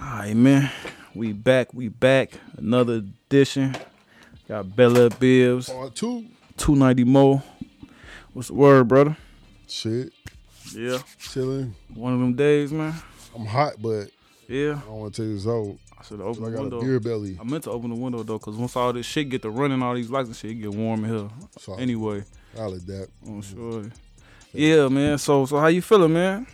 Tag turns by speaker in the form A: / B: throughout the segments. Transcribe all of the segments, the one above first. A: right, man. We back. We back. Another edition. Got Bella Bibbs.
B: Part two.
A: 290 more. What's the word, brother?
B: Shit.
A: Yeah.
B: Chilling.
A: One of them days, man.
B: I'm hot, but
A: Yeah.
B: I don't want to take this out.
A: I should have
B: So
A: opened
B: I
A: the
B: got
A: window.
B: a beer belly.
A: I meant to open the window though, cause once all this shit get to running, all these lights and shit it get warm in here.
B: So
A: Anyway,
B: I'll adapt.
A: I'm sure. Yeah, man. So, so how you feeling, man?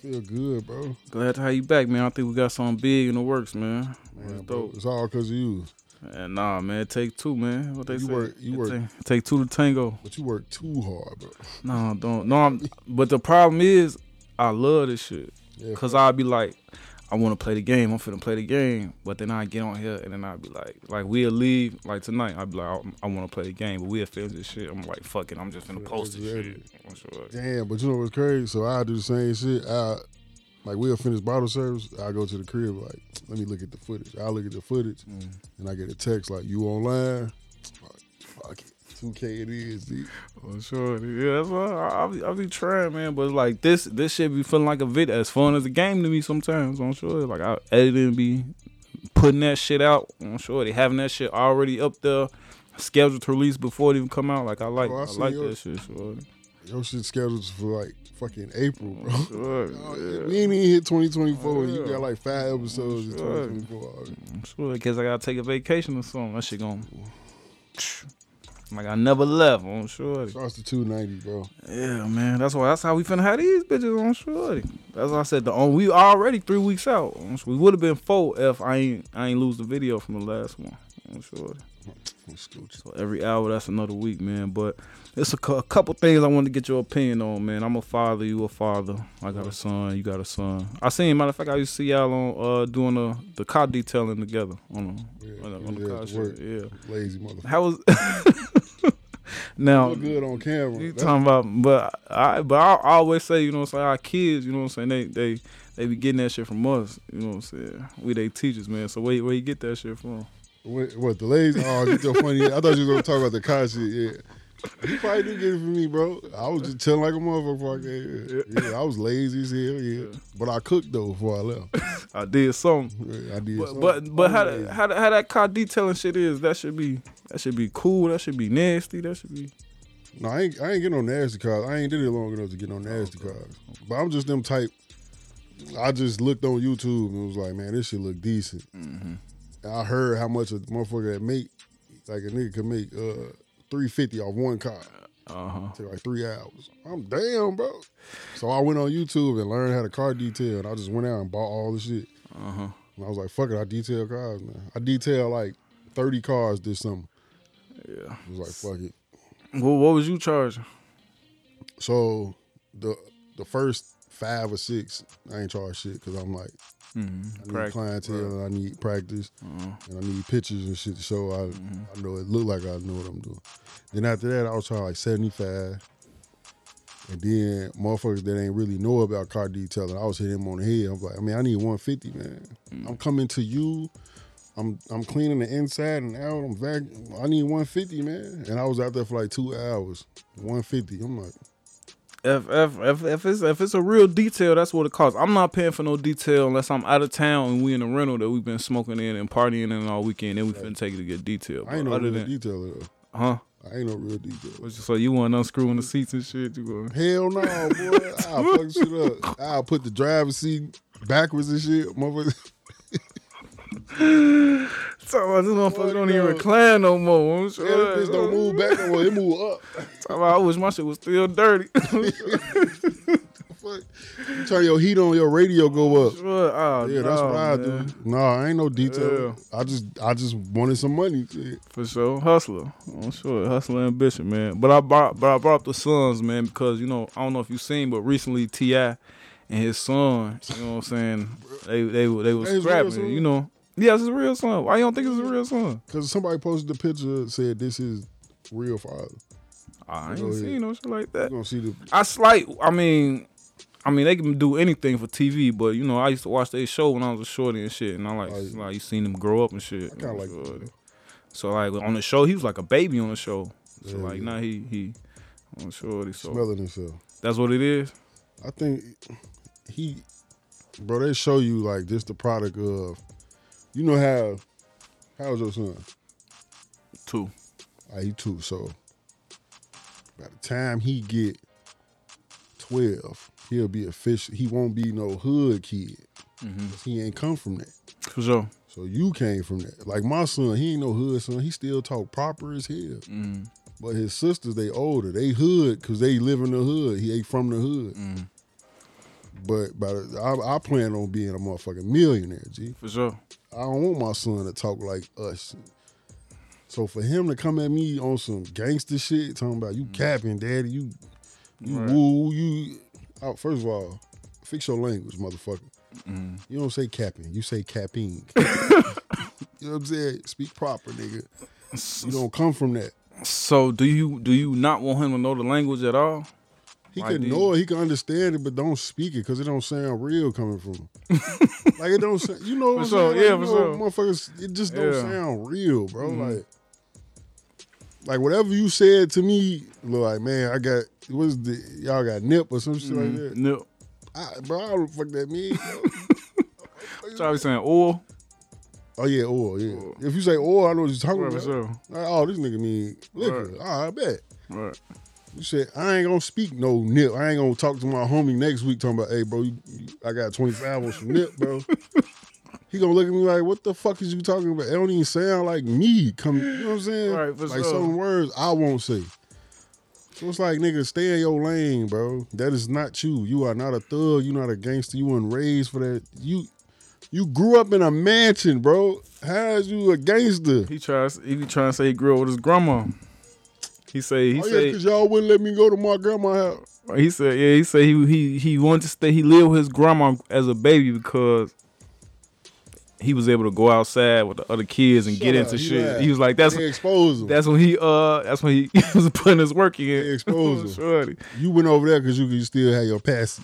B: Feel good, bro.
A: Glad to have you back, man. I think we got something big in the works, man.
B: Man,
A: That's
B: bro,
A: dope.
B: It's all because of you.
A: And nah, man, take two, man. What they
B: You
A: say?
B: work- you
A: It
B: work-
A: Take, take two to tango.
B: But you work too hard, bro.
A: No, don't. No, I'm. But the problem is, I love this shit.
B: Yeah.
A: Cause I'll be like, I want to play the game. I'm finna play the game. But then I get on here and then I'll be like, like we'll leave. Like tonight, I'll be like, I, I want to play the game, but we'll finish this shit. I'm like, fuck it. I'm just finna
B: Yeah,
A: post this
B: exactly.
A: shit. I'm sure.
B: Damn, but you know what's crazy? So I do the same shit. I like we'll finish bottle service. I go to the crib. Like, let me look at the footage. I look at the footage, and I get a text like, "You online?" Like, fuck it, 2K it is. Dude.
A: For sure. Yeah, that's why I, I, be, I be trying, man. But like this, this shit be feeling like a video, as fun as a game to me sometimes. I'm sure. Like I editing be putting that shit out. I'm sure they having that shit already up there, scheduled to release before it even come out. Like I like,
B: Bro, I
A: I,
B: seen
A: like
B: yours.
A: that shit. Sure.
B: Your shit scheduled for like fucking April, bro.
A: Sure, yeah.
B: Oh, We ain't even hit 2024, and you
A: Yeah.
B: got like five episodes in
A: Sure.
B: 2024. already.
A: I'm sure because I gotta take a vacation or something. That shit going. Like I never left, I'm sure.
B: Starts to 290, bro.
A: Yeah, man. That's why. That's how we finna have these bitches on shorty. That's why I said the on. We already three weeks out. I'm sure We would have been four if I ain't I ain't lose the video from the last one. I'm sure.
B: Let's go, ch-
A: So every hour, that's another week, man. But it's a, cou- a couple things I want to get your opinion on, man. I'm a father. You a father. I got a son. You got a son. I seen. Matter of fact, I used to see y'all on uh doing the the car detailing together on the,
B: Yeah,
A: on the,
B: you
A: on the
B: just
A: car
B: have to
A: shit. Yeah.
B: Lazy motherfucker.
A: How was now?
B: Look good on camera.
A: You
B: That's-
A: talking about, but I, but I always say, you know, what I'm saying our kids, you know, what I'm saying they, they, they be getting that shit from us, you know, what I'm saying we they teachers, man. So where, where you get that shit from?
B: what, what, the lazy? Oh, you so funny. I thought you were going to talk about the car shit. Yeah. You probably did get it from me, bro. I was just chilling like a motherfucker. Yeah, yeah. Yeah, I was lazy as hell, yeah. But I cooked, though, before I left.
A: I did something,
B: Yeah, I did.
A: but
B: something.
A: but, but how,
B: Lazy.
A: that- how that- how that car detailing shit is? That should be that should be cool. That should be nasty. That should be
B: No, I ain't, I ain't get no nasty cars. I ain't did it long enough to
A: Oh,
B: get no nasty cars. But I'm just them type. I just looked on YouTube and was like, man, this shit look decent.
A: Mm-hmm.
B: And I heard how much a motherfucker that make, like a nigga can make uh, 350 off one car.
A: uh huh.
B: Take like three hours. I'm damn, bro. So I went on YouTube and learned how to car detail. And I just went out and bought all the shit.
A: Uh-huh.
B: And I was like, fuck it, I detail cars, man. I detail like 30 cars this summer.
A: Yeah.
B: I was like, fuck it.
A: Well, what was you charging?
B: So the the first five or six, I ain't charge shit because I'm like I need
A: Prac-
B: clientele and I need practice
A: Uh-huh.
B: and I need pictures and shit to show I
A: Mm-hmm.
B: I know it look like I know what I'm doing. Then after that, I was charge like seventy five. And then motherfuckers that ain't really know about car detailing, I was hitting them on the head. I'm like, I mean, I need 150, man. I'm coming to you. I'm I'm cleaning the inside and out. I'm vacuum. I need 150, man. And I was out there for like two hours. 150. I'm like,
A: If, if if if it's if it's a real detail, that's what it costs. I'm not paying for no detail unless I'm out of town and we in a rental that we've been smoking in and partying in all weekend. Then we finna take it to get detail.
B: I ain't
A: But
B: no
A: other
B: real
A: than,
B: detailer. Though.
A: huh?
B: I ain't no real detailer.
A: What you- So you want unscrewing the seats and shit? You going?
B: Hell no, boy. I'll fuck shit up. I'll put the driver's seat backwards and shit. Motherfucker.
A: So about this motherfucker
B: Fuck
A: don't even
B: no.
A: recline no more. I'm
B: Yeah,
A: sure.
B: that bitch don't move back no more. It move up.
A: Talking about, I wish my shit was still dirty.
B: Fuck. You turn your heat on, your radio go up.
A: sure. Oh,
B: Yeah, that's
A: no,
B: what I
A: man.
B: do. No, I ain't no detailer. I just I just wanted some money. shit.
A: For sure, hustler. I'm sure hustler ambition, man. But I brought, but I brought up the sons, man, because you know I don't know if you seen, but recently Ti and his son, you know what I'm saying? They they were- they was
B: That his real son?
A: scrapping, you know. Yeah, it's his real son. Why you don't think it's his real son?
B: Cause somebody posted the picture said this is real father.
A: Ah, I
B: Go
A: ain't
B: ahead.
A: seen no shit like
B: You
A: that.
B: gonna see the
A: I slight. I mean, I mean they can do anything for TV, but you know I used to watch their show when I was a shorty and shit, and I like
B: Oh, yeah.
A: like you seen them grow up and shit.
B: I kinda like
A: so, so like on the show he was like a baby on the show. So
B: Yeah,
A: like
B: yeah.
A: now he he on shorty. So
B: smelling himself.
A: that's what it is.
B: I think he bro, they show you like this the product of, you know how, how was your son?
A: Two.
B: Uh, he two. So by the time he get twelve, he'll be official. He won't be no hood kid. 'cause He ain't come from that.
A: For sure.
B: So you came from that. Like my son, he ain't no hood son. He still talk proper as hell.
A: Mm.
B: But his sisters, they older. They hood because they live in the hood. He ain't from the hood. But by the, I, I plan on being a motherfucking millionaire, G.
A: For sure.
B: I don't want my son to talk like us. So for him to come at me on some gangster shit, talking about you capping, daddy, you, you
A: Right.
B: woo, you. Oh, first of all, fix your language, motherfucker. You don't say capping, you say capping. you know what I'm saying? Speak proper, nigga. You don't come from that.
A: So do you do you not want him to know the language at all?
B: He
A: Like
B: can
A: these-
B: know it, he can understand it, but don't speak it because it don't sound real coming from him. like it don't sound, you know what I'm
A: For sure,
B: saying? Like,
A: yeah,
B: you
A: for
B: know, Motherfuckers, it just don't
A: Yeah. Mm-hmm.
B: sound real, bro. Like, like whatever you said to me, look like man, I got what's the y'all got nip or some shit like that.
A: Mm-hmm. No.
B: I, bro, I don't fuck that mean. bro.
A: Charlie saying or
B: oh yeah, oil, yeah.
A: Oil.
B: If you say oil, I know what you're talking
A: right, for
B: about.
A: sure.
B: Like, oh, this nigga mean liquor.
A: Right.
B: Oh, I bet.
A: Right.
B: You said I ain't gonna speak no nip. I ain't gonna talk to my homie next week talking about, hey bro, you, you, I got twenty five on some nip, bro. He gonna look at me like, what the fuck is you talking about? It don't even sound like me. Come, you know what I'm saying?
A: Right, for
B: like
A: sure.
B: some words I won't say. So it's like, nigga, stay in your lane, bro. That is not you. You are not a thug. You not a gangster. You weren't raised for that. You, you grew up in a mansion, bro. How is you a gangster?
A: He tries he be trying to say he grew up with his grandma. He say he
B: oh yeah,
A: say
B: because y'all wouldn't let me go to my grandma's house.
A: He said, yeah, he said he he he wanted to stay. He lived with his grandma as a baby because he was able to go outside with the other kids and get
B: Shut
A: into
B: up,
A: shit.
B: yeah.
A: He was like, that's
B: They expose them.
A: that's when he uh that's when he was putting his work in.
B: They expose him.
A: Shorty.
B: You went over there because you could still have your pass.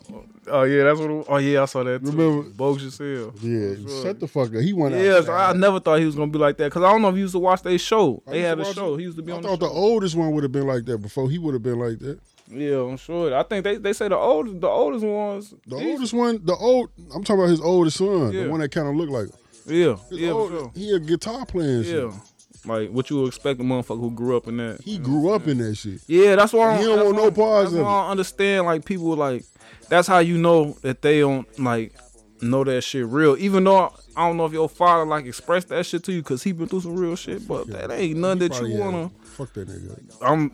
A: Oh yeah, that's what. it- Oh yeah, I saw that. Too.
B: Remember-
A: bogus as hell.
B: Yeah,
A: Sure.
B: shut the fuck up. He went out.
A: Yeah, so I never thought he was gonna be like that because I don't know if you used to watch their show.
B: I
A: They
B: Oh, used
A: had
B: to
A: a
B: watch
A: show.
B: it.
A: He used to be
B: I
A: on. The
B: thought the
A: show.
B: oldest one would have been like that before. He would have been like that.
A: Yeah, I'm sure. I think they, they say the old the oldest ones.
B: The
A: these-
B: oldest one, the old. I'm talking about his oldest son,
A: Yeah.
B: the one that kind of looked like. him.
A: Yeah,
B: His
A: yeah, for
B: old-
A: sure.
B: He a guitar playing.
A: Yeah.
B: shit.
A: Like what you would expect a motherfucker who grew up in that.
B: He grew up in that shit.
A: Yeah, that's why I
B: He don't
A: that's
B: want
A: why-
B: no parts
A: that's
B: of
A: why I don't understand like people like that's how you know that they don't like know that shit real. Even though I, I don't know if your father like expressed that shit to you because he been through some real shit, but that ain't none that
B: Probably
A: you
B: had-
A: wanna.
B: Fuck that nigga.
A: I'm.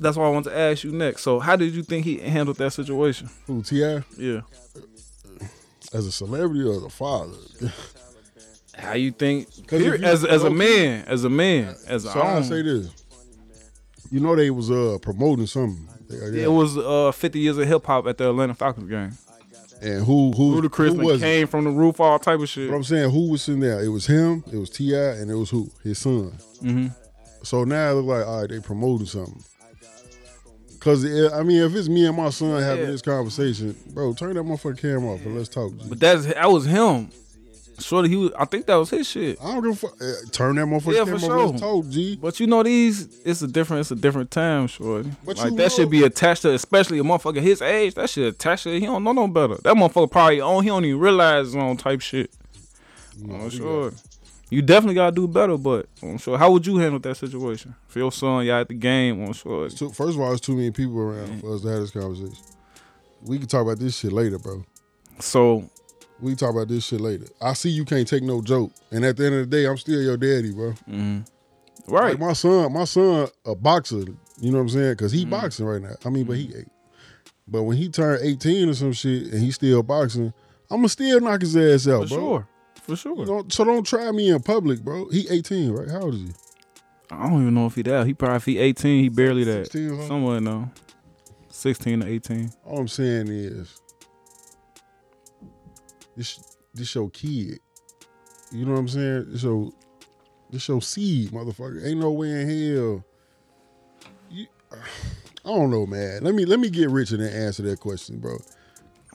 A: That's why I want to ask you next. So how did you think he handled that situation?
B: Who Ti
A: Yeah.
B: as a celebrity or as a father?
A: How you think?
B: if
A: period,
B: you-
A: as as a
B: okay.
A: man, as a man, as a
B: So I
A: own,
B: say this. You know they was uh promoting something. They- they-
A: it was uh 50 years of hip hop at the Atlanta Falcons game.
B: And who who
A: Ludacris
B: who was
A: done
B: it?
A: came from the roof, all type of shit.
B: But I'm saying who was in there? It was him, it was Ti, and it was who his son.
A: Mhm.
B: So now it look like all right, they promoting something. Cause it, I mean, if it's me and my son having
A: Yeah.
B: this conversation, bro, turn that motherfucking camera off and let's talk. G.
A: But that's that was him. Shorty, he was, I think that was his shit.
B: I don't give a fuck. Uh, Turn that motherfucking
A: Yeah, for
B: camera
A: sure.
B: off. Let's talk, G.
A: But you know these, it's a different, it's a different time, shorty.
B: But
A: like
B: you
A: that should
B: know-
A: be attached to, especially a motherfucker his age. That shit attached to. He don't know no better. That motherfucker probably on. He don't even realize his own type shit. I'm sure. You definitely gotta do better, but I'm sure. How would you handle that situation for your son? Y'all at the game, I'm sure.
B: Too, first of all, it's too many people
A: Mm-hmm.
B: around for us to have this conversation. We can talk about this shit later, bro.
A: So
B: We can talk about this shit later. I see you can't take no joke, and at the end of the day, I'm still your daddy, bro.
A: right,
B: Like my son, my son, a boxer. You know what I'm saying? Because
A: Mm.
B: he boxing right now. I mean, but he, but when he turned 18 or some shit, and he still boxing, I'ma still knock his ass
A: for
B: out, bro.
A: sure, for sure.
B: You don't- so don't try me in public, bro. He 18, right? How old is he?
A: I don't even know if he that. He probably if he 18, he barely that.
B: 16 or something?
A: Somewhere now. 16 to 18.
B: All I'm saying is, this this your kid. You know what I'm saying? This your this your seed, motherfucker. Ain't no way in hell. You, I don't know, man. Let me let me get rich and then answer that question, bro.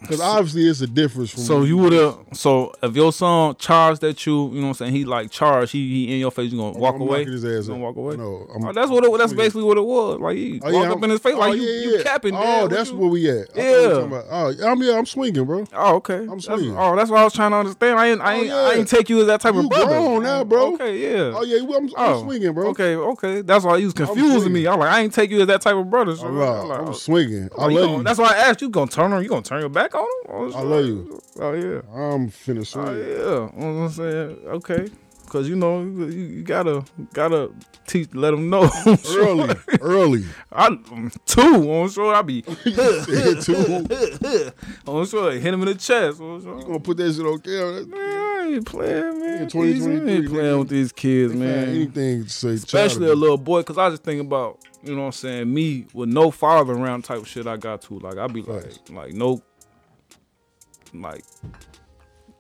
B: Because obviously it's a difference from
A: So you would have. So if your son charged at you, you know what I'm saying. He like charged. He, he in your face. You gonna
B: I'm-
A: walk
B: I'm
A: away.
B: knocking His ass
A: You gonna walk
B: out.
A: away?
B: No, I'm,
A: Oh, that's what. It, that's
B: Oh, yeah.
A: basically what it was. Like he
B: Oh, yeah,
A: walked up
B: I'm-
A: in his face. Like
B: oh,
A: you,
B: yeah,
A: you
B: yeah.
A: capping.
B: Oh,
A: dad. What
B: that's
A: you-
B: where we at. I thought you were
A: Yeah.
B: talking about- Oh, I'm yeah, I'm swinging, bro.
A: Oh, okay.
B: I'm
A: That's-
B: swinging.
A: oh, that's what I was trying to understand. I ain't. I
B: Oh,
A: ain't.
B: yeah.
A: I ain't take you as that type
B: You
A: of brother.
B: grown now, bro.
A: Okay. Yeah.
B: Oh yeah, I'm, I'm
A: Oh,
B: swinging, bro.
A: Okay, okay. That's why you was confusing me. I'm like, I ain't take you as that type of brother. So
B: I'm,
A: I'm
B: uh,
A: like,
B: I'm
A: oh,
B: swinging. I
A: like, you
B: love
A: gonna-
B: you.
A: That's why I asked you. Gonna turn him? You gonna turn your back on him? Oh,
B: I
A: shit.
B: love you.
A: Oh yeah.
B: I'm finna swing.
A: Oh yeah. You know what I'm saying okay, cause you know you, you gotta gotta teach. Let them know. I'm sure.
B: Early, early.
A: I um, two. I'm sure I be.
B: Said too.
A: I'm sure I hit him in the chest. I'm sure.
B: Gonna put that shit on camera.
A: Man, I ain't playing, man.
B: In
A: These- I
B: 2023,
A: ain't playing with these kids,
B: Man,
A: man.
B: anything to say
A: especially a
B: child abuse.
A: little boy because i just think about you know what i'm saying me with no father around type of shit i got to like i'd be like
B: Facts.
A: like no like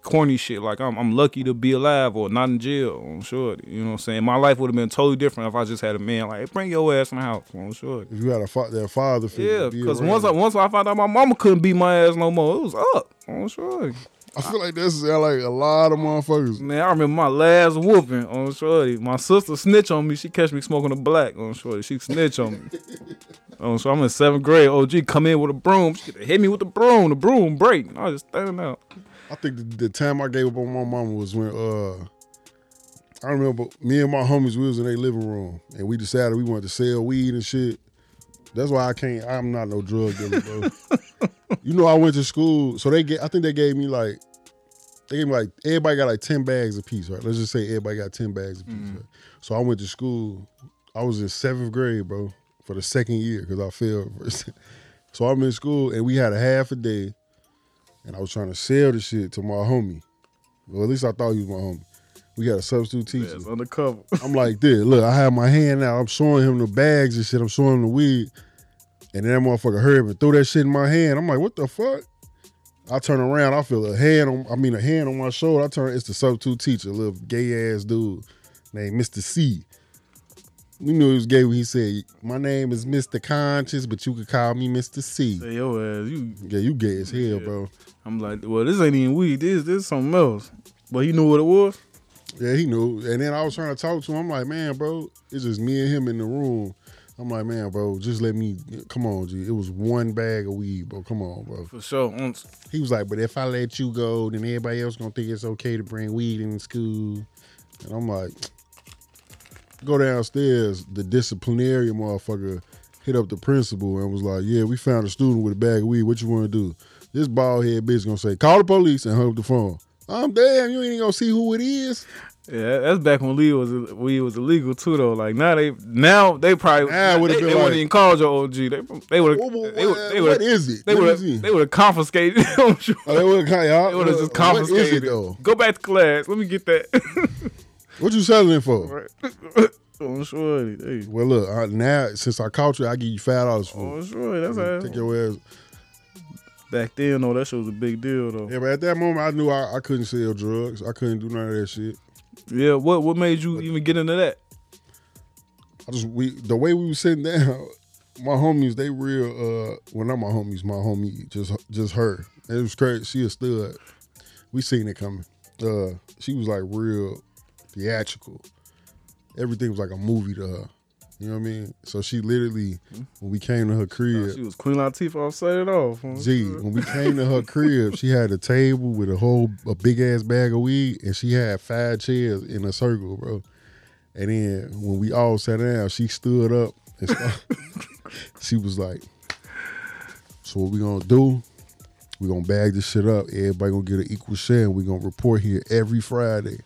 A: corny shit like I'm, I'm lucky to be alive or not in jail i'm sure you know what i'm saying my life would have been totally different if i just had a man like hey, bring your ass in the house i'm sure
B: If you had a fa- that father figure,
A: yeah
B: be
A: because
B: around.
A: once i once i found out my mama couldn't beat my ass no more it was up i'm sure
B: I feel like that's like a lot of motherfuckers.
A: Man, I remember my last whooping on Shorty. My sister snitch on me. She catch me smoking a black on Shorty. She snitch on me. oh, so I'm in seventh grade. OG come in with a broom. She hit me with the broom. The broom break. I was just standing out.
B: I think the, the time I gave up on my mama was when uh, I remember me and my homies we was in their living room and we decided we wanted to sell weed and shit. That's why I can't. I'm not no drug dealer, bro. you know, I went to school, so they get. I think they gave me like, they gave me like everybody got like ten bags a piece, right? Let's just say everybody got ten bags a piece. Right? So I went to school. I was in seventh grade, bro, for the second year because I failed. First. so I'm in school and we had a half a day, and I was trying to sell the shit to my homie. Well, at least I thought he was my homie. We got a substitute teacher.
A: That's undercover.
B: I'm like this. Look, I have my hand out. I'm showing him the bags and shit. I'm showing him the weed. And then that motherfucker hurried up and threw that shit in my hand. I'm like, what the fuck? I turn around. I feel a hand on. I mean, a hand on my shoulder. I turn. It's the substitute teacher, a little gay ass dude named Mr. C. We knew he was gay when he said, "My name is Mr. Conscious, but you could call me Mr. C."
A: Say, yo ass, you.
B: Yeah, you gay as hell, bro.
A: I'm like, well, this ain't even weed. This this something else. But he knew what it was.
B: Yeah, he knew. And then I was trying to talk to him. I'm like, man, bro, it's just me and him in the room. I'm like, man, bro, just let me come on, G. It was one bag of weed, bro. Come on, bro.
A: For sure. Um,
B: He was like, but if I let you go, then everybody else gonna think it's okay to bring weed in school. And I'm like, go downstairs. The disciplinary motherfucker hit up the principal and was like, yeah, we found a student with a bag of weed. What you want to do? This bald head bitch gonna say, call the police and hung up the phone. I'm damn, you ain't gonna see who it is.
A: Yeah, that's back when weed was weed was illegal too though. Like now they now they probably
B: Now it would've
A: they,
B: been
A: they wouldn't
B: like-
A: even called your OG. They they would
B: What- what-
A: have they would
B: what is it?
A: They
B: What
A: would
B: is it?
A: have they would have confiscated. I'm sure.
B: Oh, they would have
A: They would have just confiscated.
B: What is it
A: it.
B: though?
A: Go back to class. Let me get that.
B: What you selling it for?
A: Right. I'm sure. it is. Oh, Hey.
B: Well, look I, now since I caught you, I give you five dollars for
A: I'm sure. That's
B: it.
A: how.
B: Take your ass.
A: Back then, though, that shit was a big deal though.
B: Yeah, but at that moment, I knew I, I couldn't sell drugs. I couldn't do none of that shit.
A: Yeah. What What made you even get into that?
B: I just we the way we was sitting down, my homies they real uh well not my homies, my homie just just her. It was crazy. She a stud. We seen it coming. Uh, she was like real theatrical. Everything was like a movie to her. You know what I mean? So she literally, when we came to her crib,
A: She was Queen Latifah. I'm saying it off. I'm
B: Gee,
A: sure.
B: when we came to her crib, she had a table with a whole a big ass bag of weed, and she had five chairs in a circle, bro. And then when we all sat down, she stood up and started, she was like, "So what we gonna do? We gonna bag this shit up. Everybody gonna get an equal share, and we gonna report here every Friday."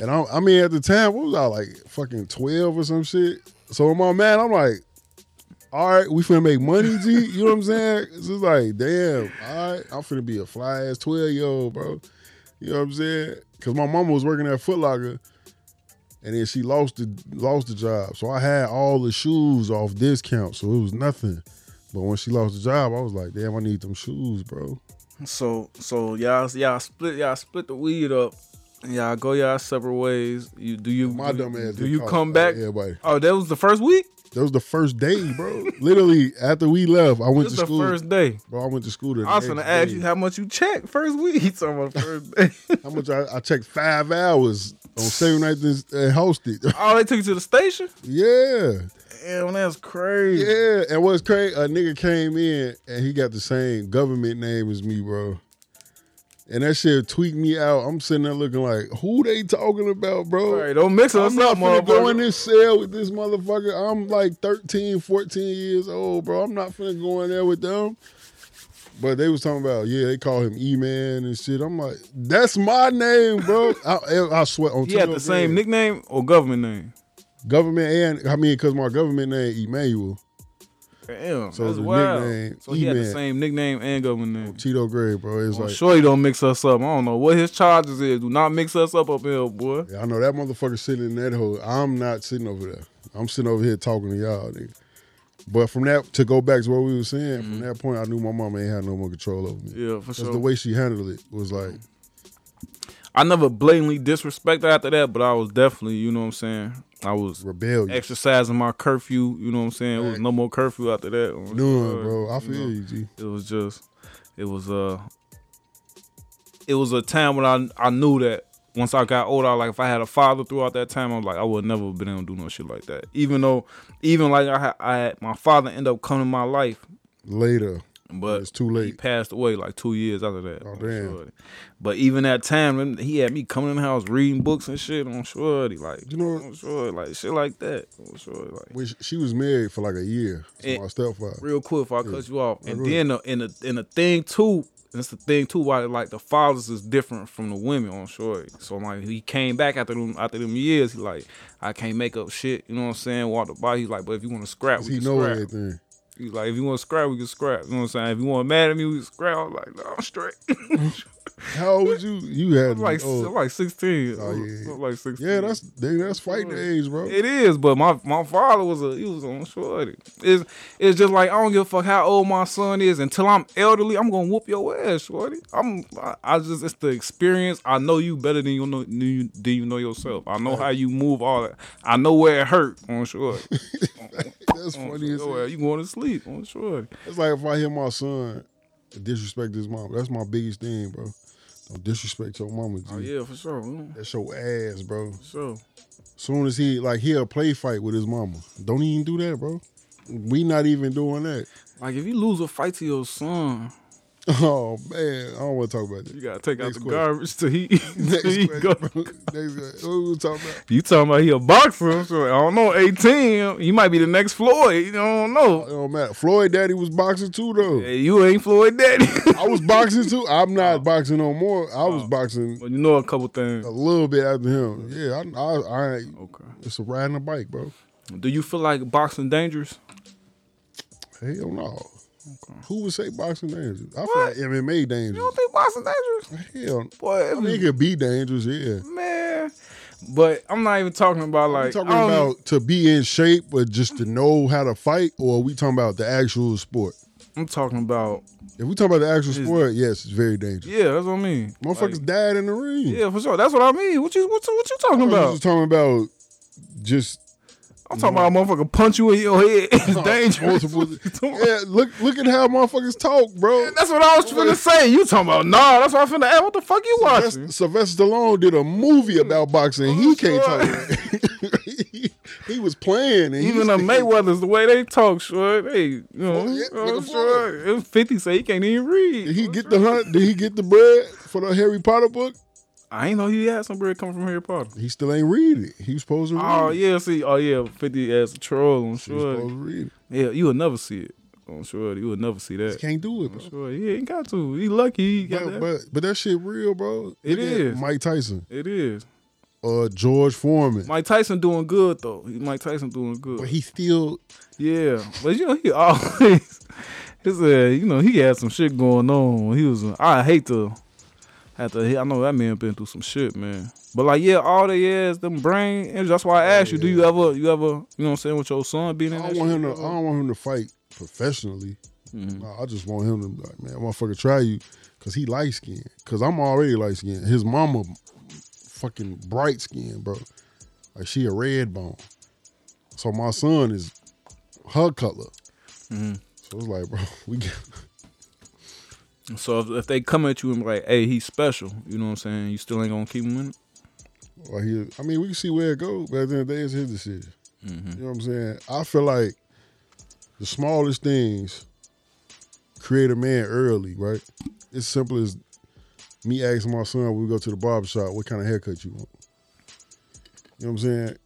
B: And I, I mean, at the time, what was I like, fucking twelve or some shit? So in my mind, I'm like, all right, we finna make money, G. You know what I'm saying? It's just like, damn, all right, I'm finna be a fly ass 12 year old, bro. You know what I'm saying? Cause my mama was working at Foot Locker and then she lost the lost the job. So I had all the shoes off discount, so it was nothing. But when she lost the job, I was like, damn, I need them shoes, bro.
A: So so y'all y'all split y'all split the weed up. and Y'all go y'all separate ways. You do you
B: My
A: do,
B: dumb ass.
A: do
B: didn't
A: you
B: talk
A: come back?
B: about Everybody.
A: Oh, that was the first week.
B: That was the first day, bro. Literally after we left, I went
A: This
B: to
A: the
B: school.
A: first day.
B: bro, I went to school. The
A: I was
B: next
A: gonna ask
B: day.
A: you how much you checked first week. You talking about first day?
B: how much I, I checked five hours on Saturday night and and hosted.
A: oh, they took you to the station.
B: yeah,
A: Damn, that's crazy.
B: yeah. And what's crazy? A nigga came in and he got the same government name as me, bro. And that shit tweaked me out. I'm sitting there looking like, who they talking about, bro?
A: All right, don't mix us
B: I'm
A: up,
B: not finna go in
A: motherfucker.
B: this cell with this motherfucker. I'm like 13, 14 years old, bro. I'm not finna go in there with them. But they was talking about, yeah, they call him E-Man and shit. I'm like, that's my name, bro. I, I swear on
A: He had
B: Tito
A: the same
B: Green.
A: nickname or government name.
B: Government and I mean, cause my government name Emmanuel.
A: Damn,
B: So
A: that's
B: the
A: wild.
B: nickname,
A: so he had the
B: E-Man.
A: same nickname and government name.
B: Tito Gray, bro. It's
A: I'm
B: like
A: Oh, sure he don't mix us up. I don't know what his charges is. Do not mix us up up here, boy.
B: Yeah, I know that motherfucker sitting in that hole. I'm not sitting over there. I'm sitting over here talking to y'all, nigga. But from that to go back to what we were saying, from that point, I knew my mama ain't had no more control over me.
A: Yeah, for
B: That's
A: sure.
B: the way she handled it. Was like,
A: I never blatantly disrespected after that, but I was definitely, you know what I'm saying. I was
B: rebellious.
A: exercising my curfew. You know what I'm saying. It was no more curfew after that. I'm
B: Doing,
A: sure,
B: bro.
A: uh,
B: I
A: you
B: feel
A: know.
B: you, G.
A: It was just, it was uh, it was a time when I I knew that once I got older, I, like if I had a father throughout that time, I was like I would never been able to do no shit like that. Even though, even like I had, I had my father end up coming to my life,
B: Later,
A: but
B: it's too
A: Uh, he
B: late.
A: passed away like two years after that.
B: Oh,
A: on
B: damn.
A: Shorty. But even that time, him- he had me coming in the house reading books and shit on shorty, like
B: You know-
A: on shorty, like shit like that. On shorty, like
B: Which she was married for like a year to
A: And-
B: my stepfather.
A: real quick before I cut you off. And
B: go
A: then the, and the and the thing too, and it's the thing too why like the fathers is different from the women on shorty. So like he came back after them after them years, he like I can't make up shit. You know what I'm saying? Walked the body, he's like, but if you want to scrap,
B: 'Cause
A: we
B: He
A: can
B: know
A: scrap.
B: everything.
A: He's like, if you want to scrap, we can scrap. You know what I'm saying? If you want mad at me, we can scrap. I'm like, no, I'm straight.
B: How old was you? You had to
A: I'm
B: be
A: like
B: old.
A: I'm like 16.
B: Oh, yeah, yeah.
A: I'm like 16.
B: yeah, that's dang, that's fighting age, bro.
A: It is, but my my father was a he was on shorty. It's it's just like I don't give a fuck how old my son is until I'm elderly. I'm gonna whoop your ass, shorty. I'm I, I just it's the experience. I know you better than you know than you, than you know yourself. I know how you move all that. I know where it hurt on shorty.
B: That's
A: On
B: funny as
A: shorty.
B: hell.
A: you going to sleep on shorty.
B: It's like if I hear my son disrespect his mom. That's my biggest thing, bro. Don't disrespect your mama. G.
A: Oh yeah, for sure, mm,
B: That's your ass, bro.
A: for sure.
B: Soon as he like he'll play fight with his mama. Don't even do that, bro. We not even doing that.
A: Like if you lose a fight to your son,
B: Oh man, I don't want to talk about
A: you
B: that.
A: gotta take out
B: Next
A: the
B: question.
A: garbage to he, till he
B: Next
A: go.
B: question, bro. Next question. What we talking about?
A: You talking about he a boxer? So I don't know. Eighteen, he might be the next Floyd. You don't
B: It
A: know.
B: don't matter. Oh, Floyd Daddy was boxing too, though.
A: Hey, you ain't Floyd Daddy.
B: I was boxing too. I'm
A: Oh.
B: not boxing no more. I was boxing
A: well, you know a couple things.
B: a little bit after him. Yeah, I, I, I
A: Okay.
B: it's a riding a bike, bro.
A: Do you feel like boxing dangerous?
B: Hell no. Who would say boxing dangerous? I
A: What?
B: feel like MMA
A: You
B: dangerous.
A: don't think boxing dangerous?
B: Hell,
A: Boy, it
B: I mean,
A: be-
B: it could be dangerous, yeah.
A: man. But I'm not even talking about
B: Are
A: like
B: we talking
A: I don't-
B: about to be in shape or just to know how to fight, or are we talking about the actual sport?
A: I'm talking about
B: If we talk about the actual
A: Is-
B: sport, yes, it's very dangerous.
A: yeah. That's what I mean.
B: Motherfuckers
A: Like,
B: died in the ring.
A: yeah, for sure. That's what I mean. What you what you, what you talking
B: I'm
A: about?
B: Oh, just talking about just
A: I'm talking about a motherfucker punch you in your head. It's dangerous.
B: Oh, multiple.
A: talking
B: yeah, look look at how motherfuckers talk, bro.
A: That's what I was finna say. You talking about nah? That's what I'm finna ask. What the fuck you watching?
B: Sylvester, Sylvester Stallone did a movie about boxing.
A: Oh,
B: He can't
A: sure.
B: talk. That. he, he was playing. And
A: Even
B: he
A: the
B: said-
A: Mayweather's the way they talk, sure. They, you know,
B: Oh, yeah,
A: oh,
B: nigga,
A: sure. And Fifty say he can't even read.
B: Did he get the hunt? Did he get the bread for the Harry Potter book?
A: I ain't know he had some bread coming from Harry Potter.
B: He still ain't read it. He was supposed to read
A: Oh
B: it.
A: yeah, see, oh yeah, Fifty as a troll, I'm
B: He was supposed
A: sure.
B: to read it.
A: Yeah, you will never see it. I'm sure you will never see
B: He
A: that.
B: can't do it, bro.
A: I'm sure he ain't got to. He lucky. He got
B: But,
A: that.
B: but but that shit real, bro.
A: It
B: Look at
A: is.
B: Mike Tyson,
A: it is.
B: uh, George Foreman.
A: Mike Tyson doing good though. Mike Tyson doing good.
B: but he still
A: Yeah, but you know he always, it's a, you know he had some shit going on. when He was I hate to have to. I know that man been through some shit, man. But like yeah, all the years them brain injuries. That's why I asked you, do you ever, you ever, you know what I'm saying, with your son being
B: I
A: in that
B: don't
A: shit?
B: want him to. I don't want him to fight professionally.
A: Mhm.
B: Nah, I just want him to be like, man, motherfucker, try you, cause he light skinned Cause I'm already light skinned. His mama, fucking bright skinned, bro. Like she a red bone. So my son is her color.
A: Mhm.
B: So it's like, bro, we get
A: So if, if they come at you and be like, "Hey, he's special," you know what I'm saying? You still ain't gonna keep him in. It?
B: or he, I mean, we can see where it goes, but at the end of the day, it's his decision.
A: Mm-hmm.
B: You know what I'm saying? I feel like the smallest things create a man early, right? It's simple as me asking my son when we go to the barber shop, what kind of haircut you want? You know what I'm saying?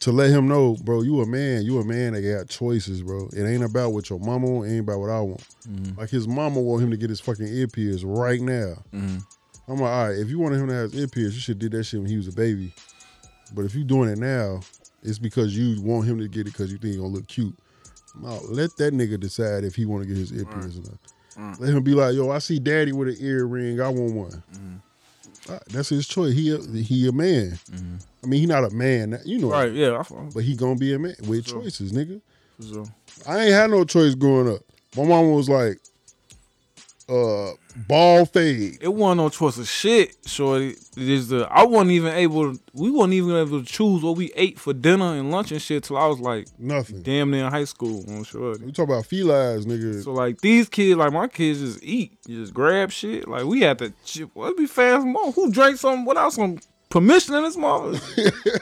B: To let him know, bro, you a man, you a man that got choices, bro. It ain't about what your mama want, it ain't about what I want.
A: Mm-hmm.
B: Like his mama want him to get his fucking ear pierced right now.
A: Mm-hmm.
B: I'm like, all right, if you wanted him to have his ear pierced, you should did that shit when he was a baby. But if you doing it now, it's because you want him to get it because you think he gonna look cute. No, let that nigga decide if he want to get his ear
A: Right. Mm.
B: pierced or not.
A: Right.
B: Let him be like, yo, I see daddy with an earring, I want one.
A: Mhm.
B: All right, that's his choice. He a, he a man.
A: Mm-hmm.
B: I mean, he not a man, you know.
A: Right? Yeah. I follow.
B: But he gonna be a man with
A: Sure.
B: choices, nigga.
A: So,
B: I ain't had no choice growing up. My mama was like, uh, ball fade.
A: it wasn't no choice of shit, shorty. Just the I wasn't even able. To, we wasn't even able to choose what we ate for dinner and lunch and shit till I was like
B: Nothing.
A: damn near in high school. On shorty.
B: We talk about felines, nigga.
A: So like these kids, like my kids, just eat, just grab shit. Like we had to, chip- what be fast more? Who drank some without some permission in this mother?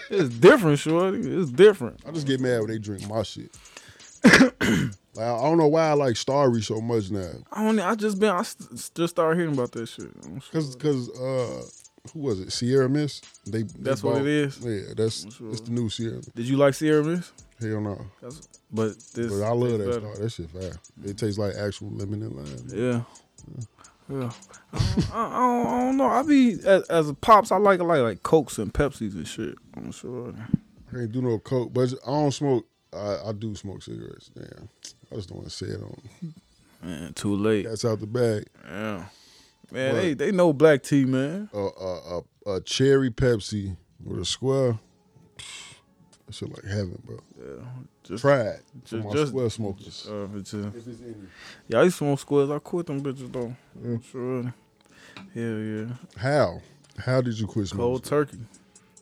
A: it's different, shorty. It's different.
B: I just get mad when they drink my shit. like, I don't know why I like Starry so much now.
A: I don't. know, I just been. I st- just started hearing about that shit. I'm sure.
B: Cause, cause, uh, who was it? Sierra Miss. They. they
A: That's what
B: bought-
A: it is.
B: Yeah, that's
A: I'm sure.
B: it's the new Sierra.
A: Did you like Sierra Miss?
B: Hell no.
A: That's, but this.
B: But I
A: tastes
B: love that.
A: better. Mm-hmm.
B: Star. That shit fire. It tastes like actual lemon and lime.
A: Yeah. Yeah. I, don't, I, don't, I don't know. I be as, as a pops. I like I like like cokes and Pepsis and shit. I'm sure.
B: I can't do no coke, but I don't smoke. I, I do smoke cigarettes. Damn, I just don't want to say it on.
A: Man, too late.
B: That's out the bag.
A: Yeah. Man,
B: What?
A: they they know black tea, man.
B: A a a, a cherry Pepsi with a square. That shit like heaven, bro.
A: Yeah, just,
B: Try it. for
A: just,
B: my
A: just
B: square smokers.
A: uh, it's uh,
B: If it's any.
A: yeah, I used to smoke squares. I quit them bitches though.
B: Yeah.
A: Sure. Hell yeah.
B: How? How did you quit smoking?
A: Cold turkey.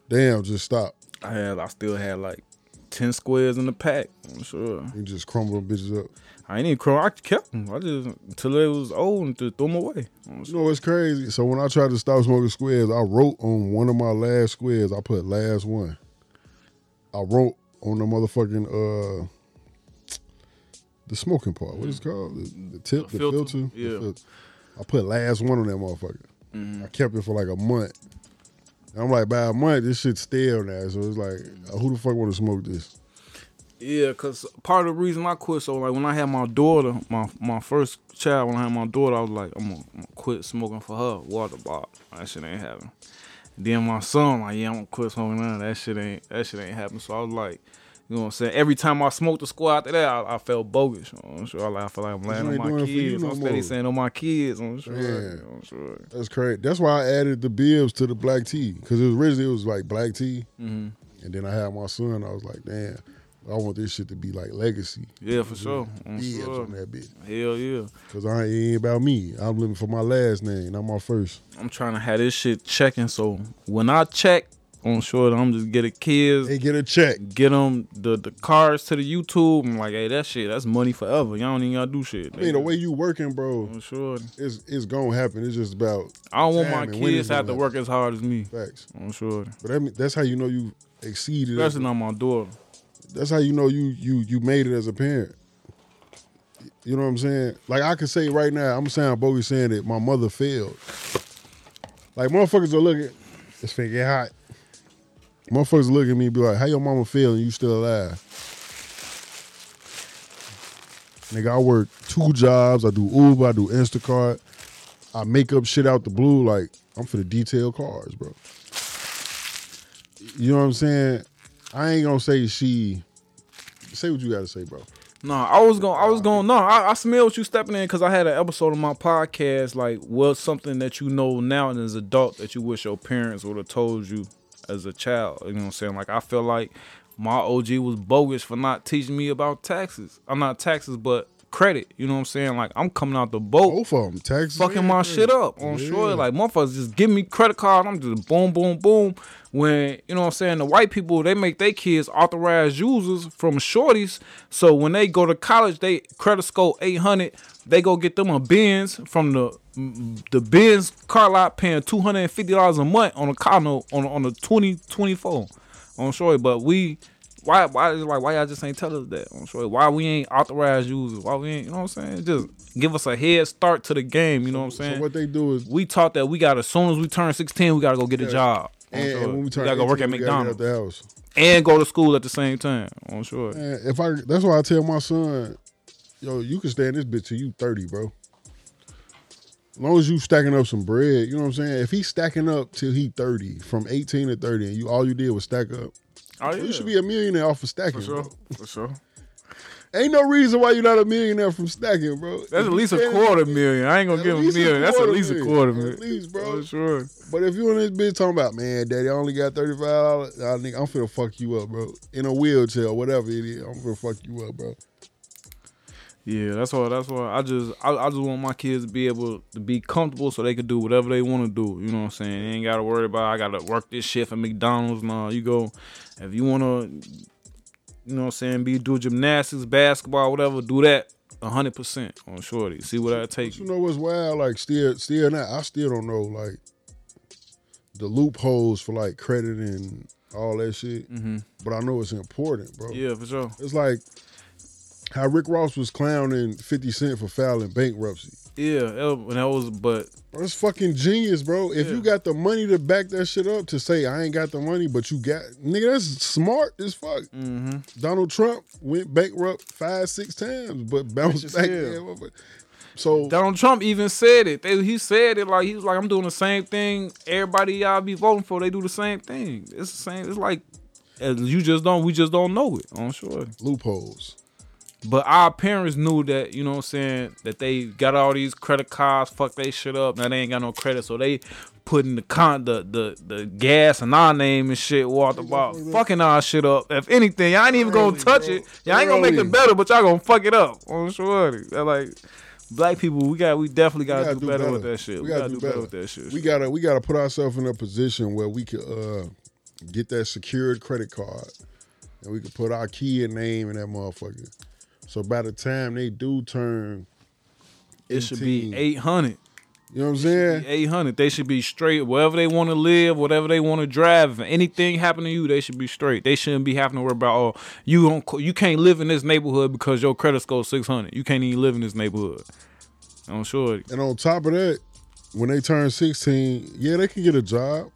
B: Damn, just stop.
A: I had, I still had like ten squares in the pack. I'm sure.
B: You just crumble them bitches up.
A: I ain't even cry. I kept them. I just until they was old and just threw them away. I'm
B: You
A: sure.
B: know what's crazy? So when I tried to stop smoking squares, I wrote on one of my last squares. I put last one. I wrote on the motherfucking uh the smoking part. What is it called? The, the tip,
A: Mm. The
B: the
A: filter?
B: filter.
A: Yeah.
B: The filter. I put last one on that motherfucker. I
A: Mhm.
B: kept it for like a month. And I'm like, by a month, this shit's stale now. So it's like, uh, who the fuck want to smoke this?
A: Yeah, cause part of the reason I quit. So like when I had my daughter, my my first child, when I had my daughter, I was like, I'm gonna, I'm gonna quit smoking for her. Water bottle. That shit ain't happening. Then my son, like, yeah, I'm gonna quit smoking now. That shit ain't that shit ain't happening. So I was like, you know what I'm saying? Every time I smoked the squad after that, I, I felt bogus. You know what I'm sure. I, like, I feel like I'm laying
B: you
A: on
B: ain't
A: my
B: doing it for you
A: kids.
B: no
A: I'm steady
B: more.
A: saying on my kids. I'm sure.
B: Yeah.
A: I'm sure.
B: That's crazy. That's why I added the bibs to the black tea. Because it was originally, it was like black tea.
A: hmm
B: And then I had my son. I was like, damn, I want this shit to be like legacy.
A: Yeah, for sure. I'm
B: Bibs
A: Mm, sure.
B: on that bitch.
A: Hell yeah.
B: Cause I ain't, it ain't about me. I'm living for my last name, not my first.
A: I'm trying to have this shit checking. So when I check on short, I'm just getting kids.
B: Hey, get a check.
A: Get them the, the cards to the YouTube. I'm like, hey, that shit, that's money forever. Y'all don't even gotta do shit.
B: I mean, the way you working, bro,
A: I'm sure.
B: it's it's gonna happen. It's just about
A: I don't want
B: Damn,
A: my
B: and when
A: kids
B: is
A: to have to
B: it?
A: work as hard as me.
B: facts.
A: I'm sure.
B: But that, mean- that's how you know you exceeded.
A: Especially not my daughter.
B: That's how you know you you you made it as a parent. You know what I'm saying? Like I can say right now, I'm saying bogus saying that my mother failed. Like motherfuckers are looking, this finna get hot. Motherfuckers look at me and be like, how your mama feel and you still alive? Nigga, I work two jobs. I do Uber, I do Instacart. I make up shit out the blue. Like, I'm for the detail cars, bro. You know what I'm saying? I ain't gonna say she say what you gotta say, bro.
A: No, I was gonna, I was gonna, no, I, I smelled you stepping in because I had an episode of my podcast like, what's something that you know now as an adult that you wish your parents would have told you as a child? You know what I'm saying? Like, I feel like my OG was bogus for not teaching me about taxes. I'm not taxes, but credit. You know what I'm saying? Like I'm coming out the boat,
B: Both of them, taxes.
A: fucking
B: and
A: my
B: credit.
A: shit up on
B: Oh, Yeah.
A: shore. Like motherfuckers just give me credit card. I'm just boom, boom, boom. When you know what I'm saying, the white people they make their kids authorized users from shorties. So when they go to college, they credit score 800. They go get them a Benz from the the Benz car lot, paying 250 dollars a month on a car note on on a 2024 on shore. But we. Why, why is it like why y'all just ain't tell us that? I'm sure why we ain't authorized users. Why we ain't you know what I'm saying? Just give us a head start to the game. You know what I'm saying?
B: So what they do is,
A: we taught that we got as soon as we turn 16, we got to go get a job. On
B: and,
A: sure.
B: and when we turn,
A: gotta go work at
B: 18, we gotta get out
A: McDonald's
B: the house.
A: and go to school at the same time. On sure.
B: Man, if I that's why I tell my son, yo, you can stay in this bitch till you 30, bro. As long as you stacking up some bread, you know what I'm saying? If he's stacking up till he 30, from 18 to 30, and you all you did was stack up,
A: Oh,
B: you should be a millionaire off of stacking. bro.
A: For sure.
B: Ain't no reason why you're not a millionaire from stacking, bro. If
A: That's at
B: you
A: least a
B: can-
A: quarter million. I ain't gonna
B: At
A: give him a
B: least a
A: million. That's at
B: quarter
A: least a
B: million.
A: quarter
B: At
A: million.
B: least, bro.
A: For sure.
B: But if you in this bitch talking about, man, daddy, I only got $35, I nigga, I'm finna fuck you up, bro. In a wheelchair or whatever it is, I'm finna fuck you up, bro.
A: Yeah, that's why. That's why I just I, I just want my kids to be able to be comfortable so they can do whatever they want to do. You know what I'm saying? They ain't gotta worry about I gotta work this shit for McDonald's. Nah, you go if you wanna, you know what I'm saying? Be do gymnastics, basketball, whatever. Do that hundred percent on shorty. See what I
B: But
A: take.
B: You know what's wild? Like still, still not. I still don't know like the loopholes for like credit and all that shit.
A: Mm-hmm.
B: But I know it's important, bro.
A: Yeah, for sure.
B: It's like how Rick Ross was clowning Fifty Cent for filing bankruptcy.
A: Yeah, that- when that was but
B: Bro, that's fucking genius, bro. If
A: Yeah.
B: you got the money to back that shit up, to say I ain't got the money, but you got nigga, that's smart as fuck.
A: mm-hmm.
B: Donald Trump went bankrupt five, six times, but bounced
A: Bitches
B: back.
A: still.
B: Yeah, motherfucker. So
A: Donald Trump even said it. They, he said it like he was like, "I'm doing the same thing. Everybody y'all be voting for, they do the same thing. It's the same. It's like as you just don't. We just don't know it. I'm sure.
B: loopholes.
A: But our parents knew that. You know what I'm saying? That they got all these credit cards. Fuck they shit up. Now they ain't got no credit, so they putting the con the the, the gas and our name and shit walked about fucking our shit up. If anything, y'all ain't even gonna
B: Early,
A: touch
B: bro.
A: it. Y'all ain't gonna make
B: Early.
A: it better, but y'all gonna fuck it up. I'm sure. They're like. Black people, we got, we definitely got to do, better, with that shit. We, got to do better. with that shit.
B: We gotta we gotta put ourselves in a position where we could uh, get that secured credit card, and we could put our kid name in that motherfucker. So by the time they do turn,
A: it should be
B: 18.
A: eight hundred.
B: you know what I'm saying?
A: Eight hundred. They should be straight. Wherever they want to live, whatever they want to drive. If anything happen to you, they should be straight. They shouldn't be having to worry about oh, you don't, co- you can't live in this neighborhood because your credit score six hundred. You can't even live in this neighborhood. I'm sure.
B: And on top of that, when they turn 16, yeah, they can get a job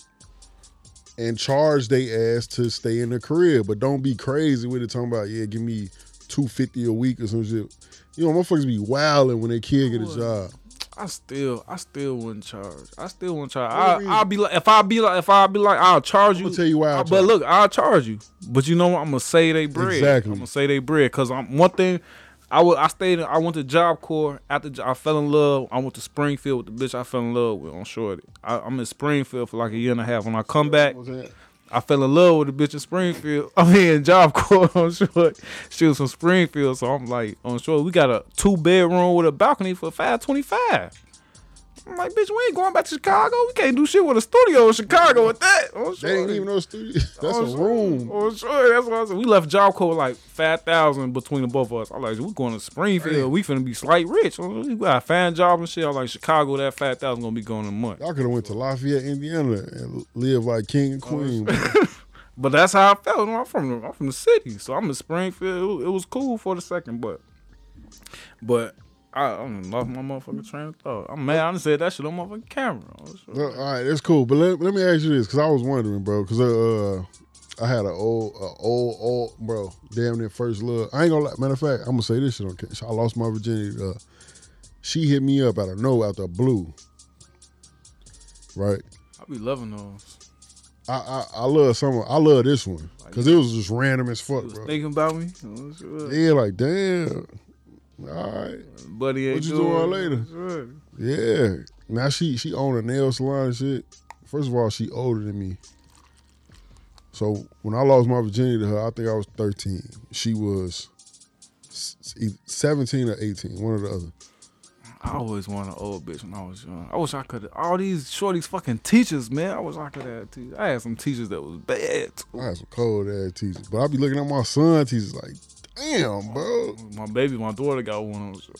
B: and charge they ass to stay in the career, but don't be crazy with it. Talking about yeah, give me two fifty a week or some shit. You know, motherfuckers be wilding when they kid get a job.
A: I still, I still wouldn't charge. I still wouldn't charge.
B: What do
A: I,
B: you
A: I'll be like, if I be like, if I be like, I'll charge you.
B: I'ma tell you why I'll
A: I- but
B: charge.
A: look, I'll charge you. But you know what? I'm gonna say they bread.
B: Exactly.
A: I'm gonna say they bread because I'm one thing. I would. I stayed. in- I went to Job Corps after j- I fell in love. I went to Springfield with the bitch I fell in love with on Shorty. I, I'm in Springfield for like a year and a half. When I come back,
B: You know what I'm saying?
A: I fell in love with a bitch in Springfield. I mean, in Job Corps on short. She was from Springfield, so I'm like, on short, we got a two bedroom with a balcony for five twenty five. I'm like, bitch, we ain't going back to Chicago. We can't do shit with a studio in Chicago with that. On
B: They ain't
A: shorty.
B: even know studio. That's
A: On
B: a
A: shorty.
B: room.
A: On shorty, that's what I said. We left Job Corps with like five thousand between the both of us. I'm like, we going to Springfield.
B: Damn.
A: We finna be slight rich. We got a fine job and shit. I'm like, Chicago, that five thousand gonna be going in a month.
B: Y'all could have went to Lafayette, Indiana, and live like king and queen. bro.
A: But that's how I felt. I'm from the, I'm from the city, so I'm in Springfield. It, was cool for the second, but but I, I done lost my motherfucking train of thought. I'm mad. I done said that shit on motherfucking camera. Oh, shit.
B: Well, Uh, all right, that's cool. But let, let me ask you this, because I was wondering, bro, because uh, I had an old, a old, old, bro, damn near first love. I ain't gonna lie. Matter of fact, I'm gonna say this shit on catch. I lost my virginity. Uh, she hit me up out of no, out the blue. Right.
A: I be loving those.
B: I, I I love some. I love this one because it was just random as fuck,
A: You was
B: bro.
A: thinking about me, oh, shit.
B: Yeah, like damn. All right.
A: buddy. Ain't
B: What you
A: doing
B: doing
A: it.
B: later?
A: Shit.
B: Yeah. Now she she own a nail salon and shit. First of all, she older than me. So when I lost my virginity to her, I think I was 13. She was s- e- 17 or 18, one or the other.
A: I always wanted an old bitch when I was young. I wish I could. All these shorties, fucking teachers, man. I wish I could have. Te- I had some teachers that was bad.
B: I had some cold ass teachers, but I be looking at my son teachers like, damn, bro.
A: My baby, my daughter got one. I'm sure-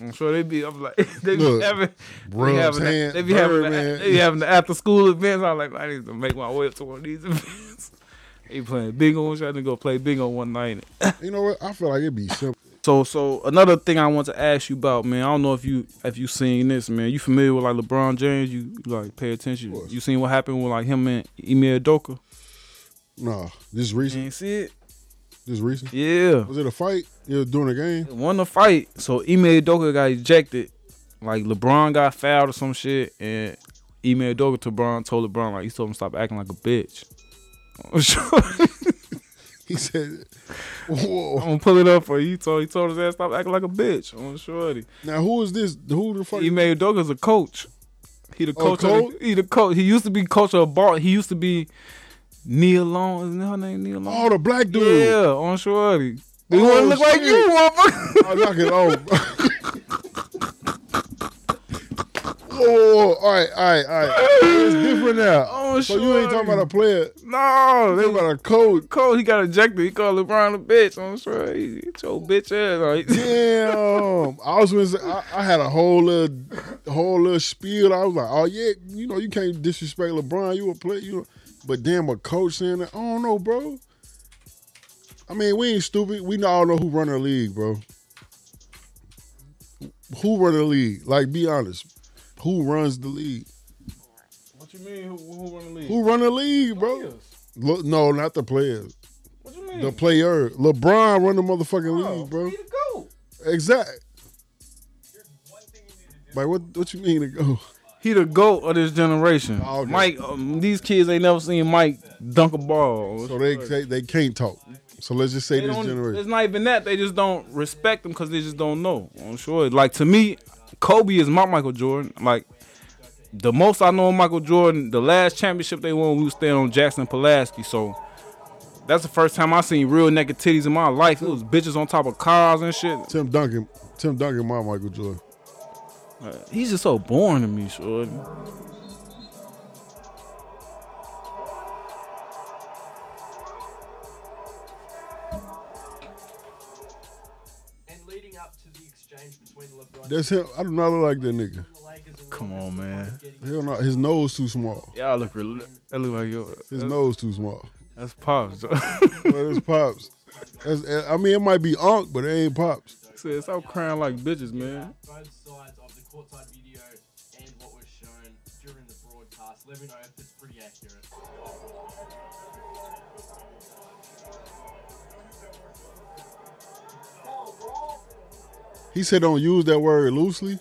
A: I'm sure they be. I'm like, they be
B: Look,
A: having, they
B: Rubs
A: having,
B: hand,
A: they be having, the,
B: Birdman.
A: they be having the after school events. I'm like, I need to make my way up to one of these events. They playing bingo. I to go play bingo one night.
B: You know what? I feel like it'd be simple.
A: So, so another thing I want to ask you about, man. I don't know if you if you seen this, man. You familiar with like LeBron James? You like pay attention.
B: Of course.
A: You seen what happened with like him and Emile Doka?
B: Nah, this
A: You
B: recent,
A: ain't see it?
B: this recent.
A: Yeah.
B: Was it a fight? You were doing a game?
A: won the fight. So Ime Doka got ejected. Like LeBron got fouled or some shit, and Ime Doka to LeBron told LeBron like he told him to stop acting like a bitch. I'm, sure,
B: He said, "Whoa!"
A: I'm gonna pull it up for you. He told he told his ass stop acting like a bitch. I'm shorty.
B: Now who is this? Who the fuck?
A: Ime Doka's a coach. He the
B: Oh,
A: coach. of
B: coach?
A: the, he the coach. He used to be coach of ball. He used to be Neil Long. Isn't that her name Neil Long?
B: Oh, the black dude.
A: yeah, on shorty. They
B: Oh,
A: want to look like
B: shit.
A: you, motherfucker.
B: I knock it off. whoa, whoa, whoa. Oh, All right, all right, all right. It's different now.
A: Oh,
B: so you ain't talking
A: shorty.
B: about a player.
A: No,
B: You
A: they
B: talking about a coach.
A: Cole, he got ejected. He called LeBron a bitch. I'm sure he he told bitch ass. Like,
B: Damn. I was gonna say I, I had a whole little whole little spiel. I was like, oh yeah, you know, you can't disrespect LeBron, you a player, you know. But damn a coach saying that, I don't know, bro. I mean, we ain't stupid. We all know who run our league, bro. Who run the league? Like, be honest. Who runs the league?
A: what you mean? Who, who won the league?
B: Who run the league, bro? Look, no, not the players.
A: What you mean?
B: The player. LeBron run the motherfucking league, bro. Exact. Like what? What you mean to go?
A: He the goat of this generation.
B: Oh, okay.
A: Mike, um, these kids ain't never seen Mike dunk a ball.
B: So they they, they can't talk. So let's just say
A: They
B: this
A: don't-
B: generation.
A: It's not even that. They just don't respect them because they just don't know. I'm sure. Like to me, Kobe is my Michael Jordan. Like the most I know of Michael Jordan, the last championship they won, we was staying on Jackson Pulaski. So that's the first time I seen real negativities in my life. It was bitches on top of cars and shit.
B: Tim Duncan, Tim Duncan, my Michael Jordan.
A: Uh, He's just so boring to me, shorty.
C: and leading up to the exchange between LeBron
B: That's him. I do not look like that nigga.
C: and the Lakers. and
A: Come
C: LeBron
A: on, man.
C: getting
B: Hell no, his nose too small.
A: Y'all look real. That look like yo.
B: His
A: That's,
B: nose too small.
A: that's pops. dog.
B: But it's pops. That's, eh, I mean, it might be Unc, but it ain't pops.
A: Said, Stop crying like bitches, man.
C: both sides of the courtside video and what was shown during the broadcast. Let me know if it's pretty accurate.
B: He said don't use that word loosely.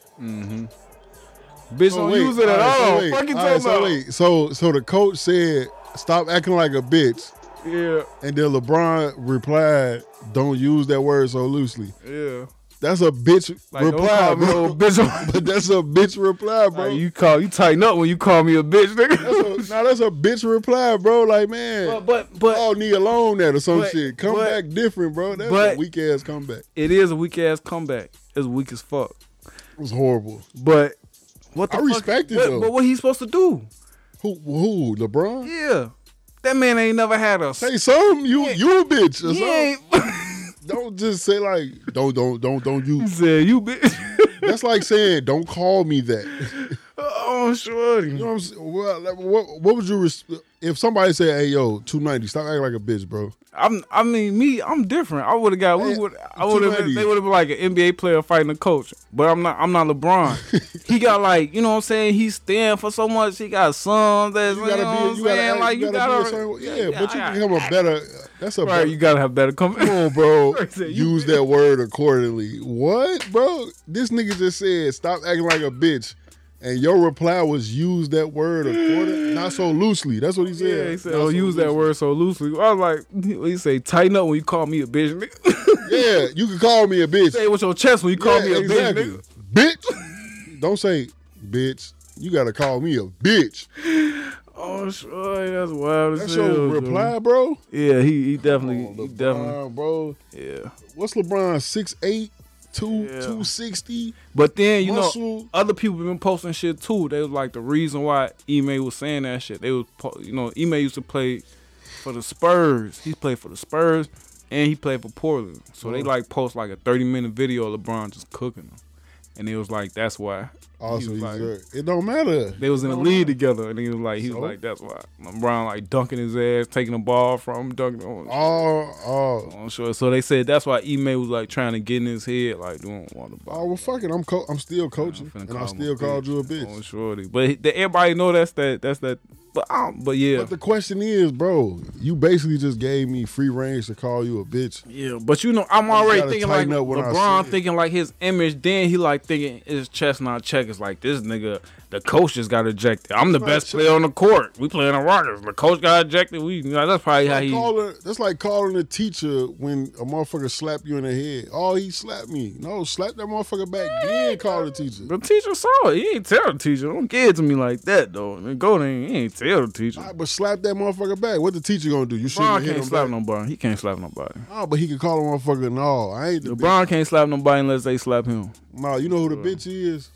A: Bitch, don't
B: wait,
A: use it at
B: all right, so
A: all.
B: wait,
A: Fucking
B: all right,
A: talking
B: so,
A: about.
B: wait, so so the coach said stop acting like a bitch,
A: Yeah,
B: and then LeBron replied, "Don't use that word so loosely."
A: yeah.
B: That's a bitch
A: Like, don't
B: reply,
A: call
B: bro.
A: me a bitch.
B: But that's a bitch reply, bro.
A: Like, you call you tighten up when you call me a bitch,
B: that's
A: nigga.
B: a, now that's a bitch reply, bro. Like man,
A: but but but
B: all knee alone that or some
A: but-
B: shit. Come
A: but-
B: back different, bro. That's a
A: but-
B: weak ass comeback.
A: it is a weak ass comeback. It's weak as fuck.
B: It was horrible.
A: But what the
B: I
A: fuck-
B: respect it,
A: what-
B: though.
A: But what he supposed to do?
B: Who who LeBron?
A: Yeah, that man ain't never had a.
B: Say something. You you a bitch or
A: he
B: something.
A: ain't.
B: Don't just say like don't don't don't don't
A: he
B: you.
A: said you bitch.
B: That's like saying don't call me that.
A: oh shorty.
B: You know what I'm saying? Well, like, what, what would you res- if somebody said, "Hey, yo, two ninety, stop acting like a bitch, bro"?
A: I'm. I mean, me. I'm different. I would have got. We
B: Hey,
A: would. I would have.
B: 290.
A: They would have been like an NBA player fighting a coach. But I'm not. I'm not LeBron. he got like. You know what I'm saying. He stand for so much. He got sons. That,
B: You gotta
A: know what I'm
B: be, you gotta,
A: saying.
B: act-
A: like
B: you gotta, be a certain way. yeah, but you
A: I-
B: become a better. That's a
A: Right,
B: better.
A: you gotta have better
B: come
A: company.
B: on, bro.
A: He said, you
B: Use that word accordingly. What, bro? This nigga just said, "Stop acting like a bitch," and your reply was, "Use that word accordingly, not so loosely." That's what he said.
A: Yeah, he said,
B: Not
A: "Oh,
B: so
A: use that
B: loosely.
A: word so loosely." I was like, "He say tighten up when you call me a bitch, nigga.
B: Yeah, you can call me a bitch.
A: say it with your chest when you call
B: Yeah,
A: me a
B: exactly.
A: bitch, nigga."
B: bitch. Don't say bitch. You gotta call me a bitch.
A: Oh, sure, that's wild
B: That's
A: as
B: your
A: hell. Jimmy.
B: reply, bro.
A: Yeah, he, he definitely,
B: Come on,
A: he
B: LeBron,
A: definitely,
B: bro.
A: yeah.
B: What's LeBron? 6'8", two-
A: Yeah.
B: 260?
A: But then you know,
B: muscle?
A: other people been posting shit too. They was like the reason why Ime was saying that shit. They was po- you know Ime used to play for the Spurs. He played for the Spurs and he played for Portland. So
B: Mm.
A: they like post like a thirty minute video of LeBron just cooking them. And it was like that's why. was
B: Also, Oh, he's
A: like-
B: a- it don't matter.
A: They was in the league together, and he was like, he was
B: So?
A: like, that's why LeBron like dunking his ass, taking the ball from him, dunking on.
B: Oh, oh,
A: on sure. So they said that's why Ime was like trying to get in his head, like, "You don't want the ball.
B: oh. Well, fuck it. I'm co- I'm still coaching,
A: finna
B: and I
A: call him a Oh,
B: still called you a
A: on
B: bitch.
A: shorty. But he- the, everybody know that's that. That's that. But um, but yeah,
B: But the question is, bro, you basically just gave me free range to call you a bitch.
A: yeah. But you know, I'm
B: just
A: already
B: gotta
A: thinking like
B: tighten up when I
A: LeBron
B: see it.
A: thinking like his image. Then he like thinking his chestnut check is like this nigga. The coach just got ejected. I'm the
B: Right,
A: best
B: so-
A: player on the court. We playing the Rockets. The coach got ejected. We like, that's probably how
B: Like
A: he.
B: calling, that's like calling a teacher when a motherfucker slap you in the head. Oh, he slapped me. No, slap that motherfucker back. Then call the teacher.
A: The teacher saw it. He ain't tell the teacher. Don't give it to me like that though. And go there. He ain't tell the teacher.
B: All right, but slap that motherfucker back. What the teacher gonna do? You shouldn't
A: LeBron
B: hit
A: can't
B: him
A: slap
B: back.
A: nobody. He can't slap nobody.
B: No, but he can call a motherfucker. No, I ain't the bitch.
A: LeBron can't slap nobody unless they slap him.
B: No, you know who the bitch is?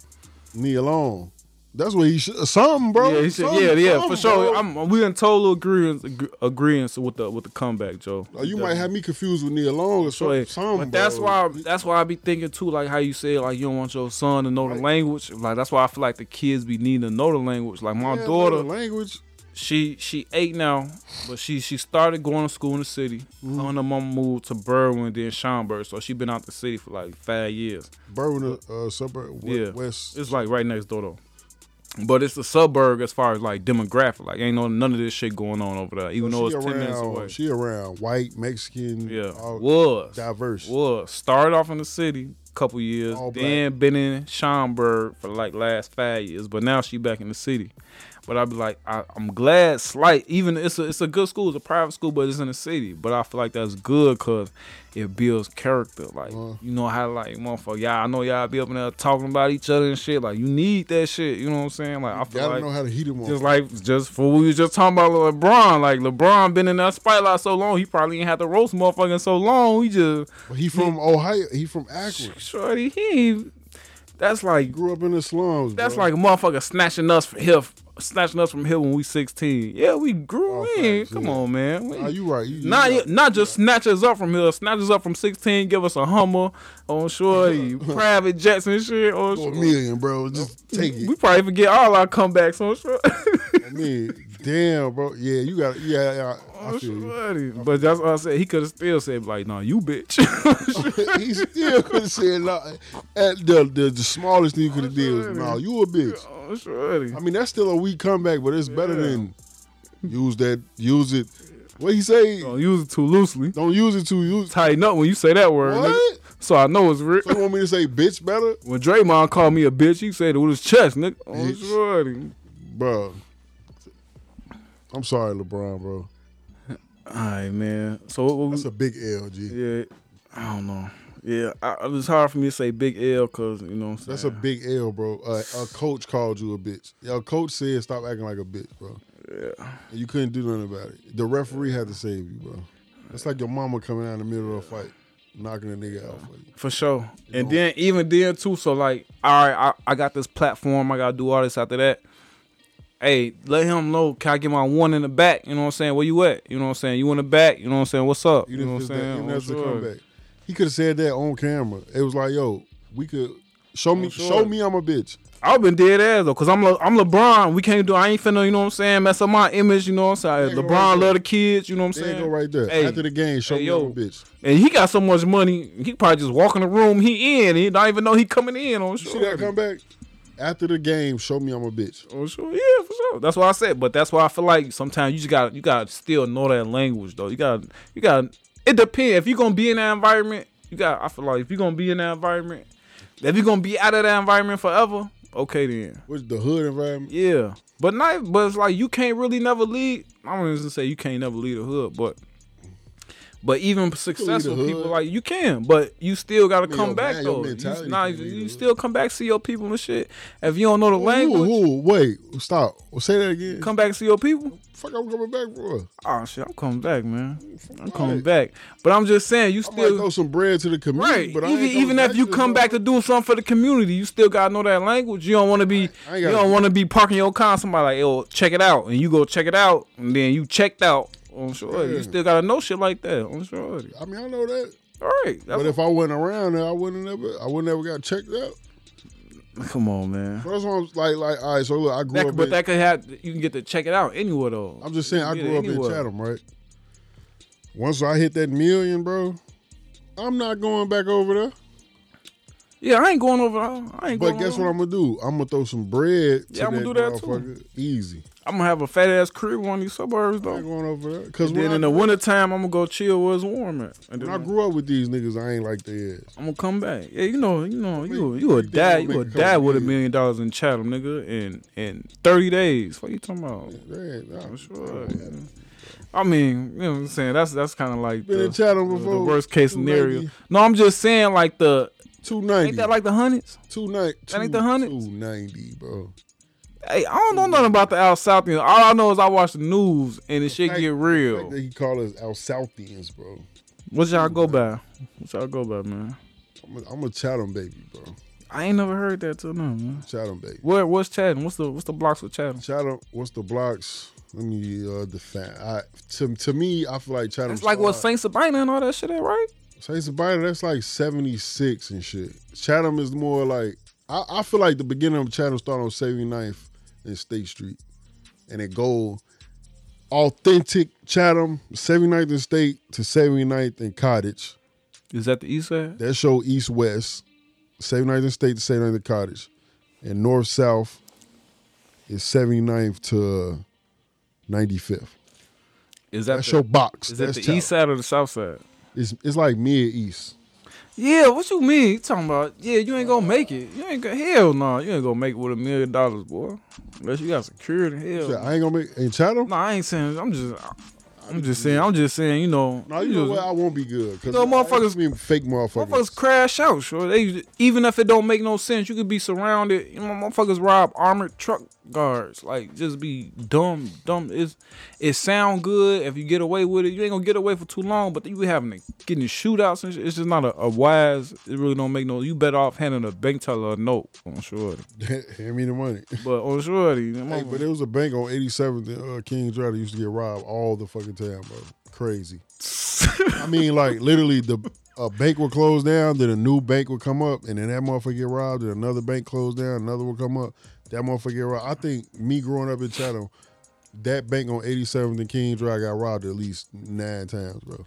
B: Me alone. That's what he should. Something, bro.
A: Yeah, he should,
B: Something,
A: yeah, yeah,
B: something,
A: for sure.
B: bro.
A: I'm, we in total agreement agreement with the with the comeback, Joe.
B: Oh, you might have me confused with Neil Long or
A: So, yeah.
B: something. something
A: but that's
B: bro.
A: why that's why I be thinking too, like how you said, like you don't want your son to know the
B: Right.
A: language. Like that's why I feel like the kids be needing to know the language. Like my
B: Yeah,
A: daughter,
B: the language.
A: she she eight now, but she she started going to school in the city. Her and her mom moved to Berwyn, then Schaumburg, so she been out the city for like five years.
B: Berwyn, uh, suburb, we-
A: Yeah.
B: west.
A: It's like right next door though. But it's a suburb as far as like demographic. Like ain't no none of this shit going on over there. Even
B: So
A: though
B: Oh, she
A: it's ten minutes away.
B: She around white, Mexican,
A: yeah.
B: all
A: was.
B: diverse.
A: Was. Started off in the city couple years.
B: All black.
A: Then been in Schaumburg for like last five years. But now she back in the city. But I'd be like, I, I'm glad slight even it's a it's a good school, it's a private school, but it's in the city. But I feel like that's good cause it builds character. Like
B: Uh.
A: you know how like motherfucker, y'all I know y'all be up in there talking about each other and shit. Like you need that shit. You know what I'm saying? Like I feel
B: Gotta
A: like
B: know how to heat him
A: just
B: on.
A: like just for what we was just talking about with LeBron. Like LeBron been in that spotlight so long, he probably ain't had to roast motherfucking so long. He just
B: But he from Ohio. He from Akron.
A: shorty, he ain't- that's like
B: Grew up in the slums.
A: that's
B: bro.
A: like a motherfucker snatching us from here snatching us from here when we sixteen. Yeah, we grew
B: Oh,
A: in.
B: facts,
A: Come
B: yeah.
A: on, man. We-
B: Nah, you right. You, you
A: not,
B: right.
A: not just snatch us up from here, snatch us up from 16, give us a Hummer on shorty, private jets and shit. On
B: Go a
A: shorty.
B: million, bro. Just take it.
A: We probably forget all our comebacks on shorty.
B: I mean, damn, bro. Yeah, you got. Yeah, yeah. I, I
A: Oh,
B: feel you.
A: shorty. But that's what I said. He could have still said, like, nah, you bitch.
B: he still could have said no. At the, the the smallest thing you could have did was no, you a bitch.
A: oh, shorty.
B: I mean, that's still a weak comeback, but it's better
A: Yeah. Oh.
B: than use that, use it. What he say?
A: Don't use it too loosely.
B: Don't use it to use.
A: Tighten up when you say that word. nigga.
B: What?
A: So I know it's real.
B: So you want me to say bitch better,
A: When Draymond called me a bitch, he said it with his chest, nigga. Oh,
B: Bitch.
A: shorty.
B: bro? I'm sorry, LeBron, bro.
A: All right, man. So what, what we-
B: That's a big L, G.
A: Yeah, I don't know. Yeah, I, it was hard for me to say big L because, you know what I'm saying?
B: That's a big L, bro. Uh, a coach called you a bitch. Your coach said stop acting like a bitch, bro.
A: Yeah.
B: And you couldn't do nothing about it. The referee had to save you, bro. It's like your mama coming out in the middle of a fight, knocking a nigga out for you.
A: For sure. And
B: know?
A: then even then too, so like, all right, I, I got this platform, I gotta do all this after that. Hey, let him know, can I get my one in the back? You know what I'm saying? Where you at? You know what I'm saying? You in the back, you know what I'm saying? What's up? You,
B: Even
A: know what
B: if
A: I'm
B: it's that,
A: saying?
B: even
A: Oh,
B: after the
A: sure.
B: comeback, he could have said that on camera. It was like, yo, we could show me,
A: Oh, sure.
B: show me I'm a bitch.
A: I've been dead ass though, cause I'm Le- I'm LeBron. We can't do I ain't finna, you know what I'm saying, mess up my image, you know what I'm saying?
B: There you go right
A: LeBron
B: there.
A: love the kids, you know what I'm
B: There you
A: saying?
B: go right there.
A: Hey.
B: after the game, show
A: Hey,
B: me
A: yo.
B: I'm a bitch.
A: And he got so much money, he probably just walk in the room he in, he don't even know he coming in on
B: See that
A: sure.
B: comeback? After the game, show me I'm a bitch.
A: Oh sure, yeah, for sure. That's why I said, but that's why I feel like sometimes you just got to you got to still know that language though. You got to you got to it depends. If you're gonna be in that environment, you got. I feel like if you're gonna be in that environment, if you're gonna be out of that environment forever, okay then,
B: What's the hood environment?
A: yeah. But not, but it's like you can't really never lead. I don't even say you can't never lead a hood, but But even successful
B: hood.
A: people like you can, but you still gotta
B: Man,
A: come
B: your
A: back
B: man- your
A: though. You,
B: mentality
A: nah,
B: can't
A: you,
B: lead the
A: you
B: hood.
A: still come back see your people and shit. If you don't know the
B: Who,
A: language,
B: who, wait, stop. Say that again.
A: come back see your people.
B: Fuck, I'm coming back for.
A: Oh shit, I'm coming back, man. I'm
B: Right.
A: coming back. But I'm just saying, you
B: I might
A: still
B: throw some bread to the community,
A: Right.
B: but I
A: even
B: ain't coming
A: even if you
B: to
A: come
B: the-
A: back to do something for the community, you still gotta know that language. You don't want to be
B: I ain't
A: you
B: gotta
A: don't
B: do
A: want to be parking your car. Somebody like, yo, check it out, and you go check it out, and then you checked out. Oh, I'm sure
B: Yeah.
A: you still gotta know shit like that. I'm sure.
B: I mean, I know that.
A: All right. That's
B: But if I wasn't around there, I wouldn't never, I wouldn't ever got checked out.
A: come on, man.
B: But that's why I'm like, like, all right. So look, I grew
A: That,
B: up.
A: could- but
B: in,
A: that could have you can get to check it out anywhere though.
B: I'm just saying,
A: You
B: I
A: can get
B: grew
A: it
B: up in
A: anywhere.
B: Chatham, right? Once I hit that million, bro, I'm not going back over there.
A: Yeah, I ain't going over. I ain't
B: But
A: going
B: guess
A: over.
B: what I'm gonna do? I'm gonna throw some bread. To
A: Yeah, I'ma
B: that
A: do that too.
B: motherfucker. Easy.
A: I'm gonna have a fat ass crib in one of these suburbs
B: I
A: though.
B: ain't going over there. Cause
A: And
B: when,
A: then
B: I,
A: in the wintertime, I'm gonna go chill where it's warmer. And then
B: when I grew up with these niggas, I ain't like they is.
A: I'm gonna come back. Yeah, you know, you know, you
B: mean,
A: you a
B: you think
A: dad,
B: I'm
A: you
B: gonna
A: a
B: make a
A: dad
B: couple
A: with a
B: kids?
A: million dollars in Chatham, nigga, in in thirty days. What you talking about?
B: Man, nah,
A: I'm sure. I mean, you know what I'm saying? That's that's kind of like
B: Been
A: the,
B: in Chatham
A: the- the
B: before.
A: worst case scenario.
B: 290.
A: No, I'm just saying like the
B: Two ninety.
A: ain't that like the hundreds?
B: two ninety?
A: that ain't the hundreds?
B: Two ninety, bro.
A: Hey, I don't know nothing about the out south. You know, all I know is I watch the news and the shit
B: fact-
A: get
B: The fact
A: real.
B: that he called us out Southians, bro.
A: What y'all go by? What y'all go by, man?
B: I'm a, I'm a Chatham baby, bro.
A: I ain't never heard that till now, man.
B: Chatham baby.
A: Where what's Chatham? What's the what's the blocks with Chatham?
B: Chatham, what's the blocks? Let me uh, define. I, to, to me, I feel like Chatham.
A: It's like what Saint Sabina and all that shit, at, right?
B: Saints of Biden, that's like 76 and shit. Chatham is more like, I, I feel like the beginning of Chatham started on 79th and State Street. And it go authentic Chatham, 79th and State to 79th and Cottage.
A: Is that the east side?
B: That show east west, 79th and State to 79th and Cottage. And north south is 79th to 95th.
A: Is that,
B: That
A: the,
B: show box.
A: is that
B: That's
A: the
B: Chatham.
A: east side or the south side?
B: It's, it's like mid east.
A: Yeah, what you mean? You talking about? Yeah, you ain't gonna make it. You ain't gonna hell no. You ain't gonna make it with a million dollars, boy. Unless you got security. Hell,
B: Shit,
A: no.
B: I ain't gonna make in Chatham.
A: Nah, I ain't saying. I'm just. I'm just saying. I'm just saying. You know.
B: No, you
A: you
B: know
A: just-
B: what? I won't be good. Cause
A: No, motherfuckers-
B: I mean fake motherfuckers.
A: Motherfuckers crash out, sure. They even if it don't make no sense, you could be surrounded. You know, motherfuckers rob armored truck guards. Like just be dumb, dumb. It's it sound good if you get away with it. You ain't gonna get away for too long, but you be having to getting shootouts and shit. It's just not a, a wise. It really don't make no. You better off handing a bank teller a note on shorty,
B: Hand me the money.
A: but on shorty, them
B: Hey,
A: motherfuckers-
B: but there was a bank on 87th and uh, Kings Drive that used to get robbed all the fucking time, bro. Crazy. I mean, like literally, the a bank would close down, then a new bank would come up, and then that motherfucker get robbed, then another bank closed down, another would come up, that motherfucker get robbed. I think me growing up in Chatham, that bank on 87th and Kings Drive got robbed at least nine times, bro.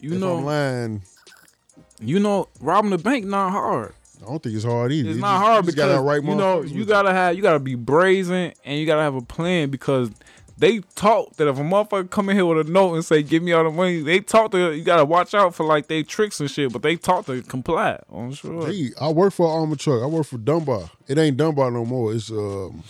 A: you
B: if
A: know,
B: I'm lying,
A: you know, robbing the bank not hard.
B: I don't think it's hard either.
A: It's
B: You
A: not
B: just-
A: hard
B: you just
A: because
B: gotta right
A: you know
B: motherfuckers
A: you
B: with
A: gotta have you gotta be brazen and you gotta have a plan because they taught that if a motherfucker come in here with a note and say give me all the money, they taught to you gotta watch out for like they tricks and shit, but they taught to comply. I'm sure.
B: Hey, I work for Armored Truck. I work for Dunbar. It ain't Dunbar no more. It's um,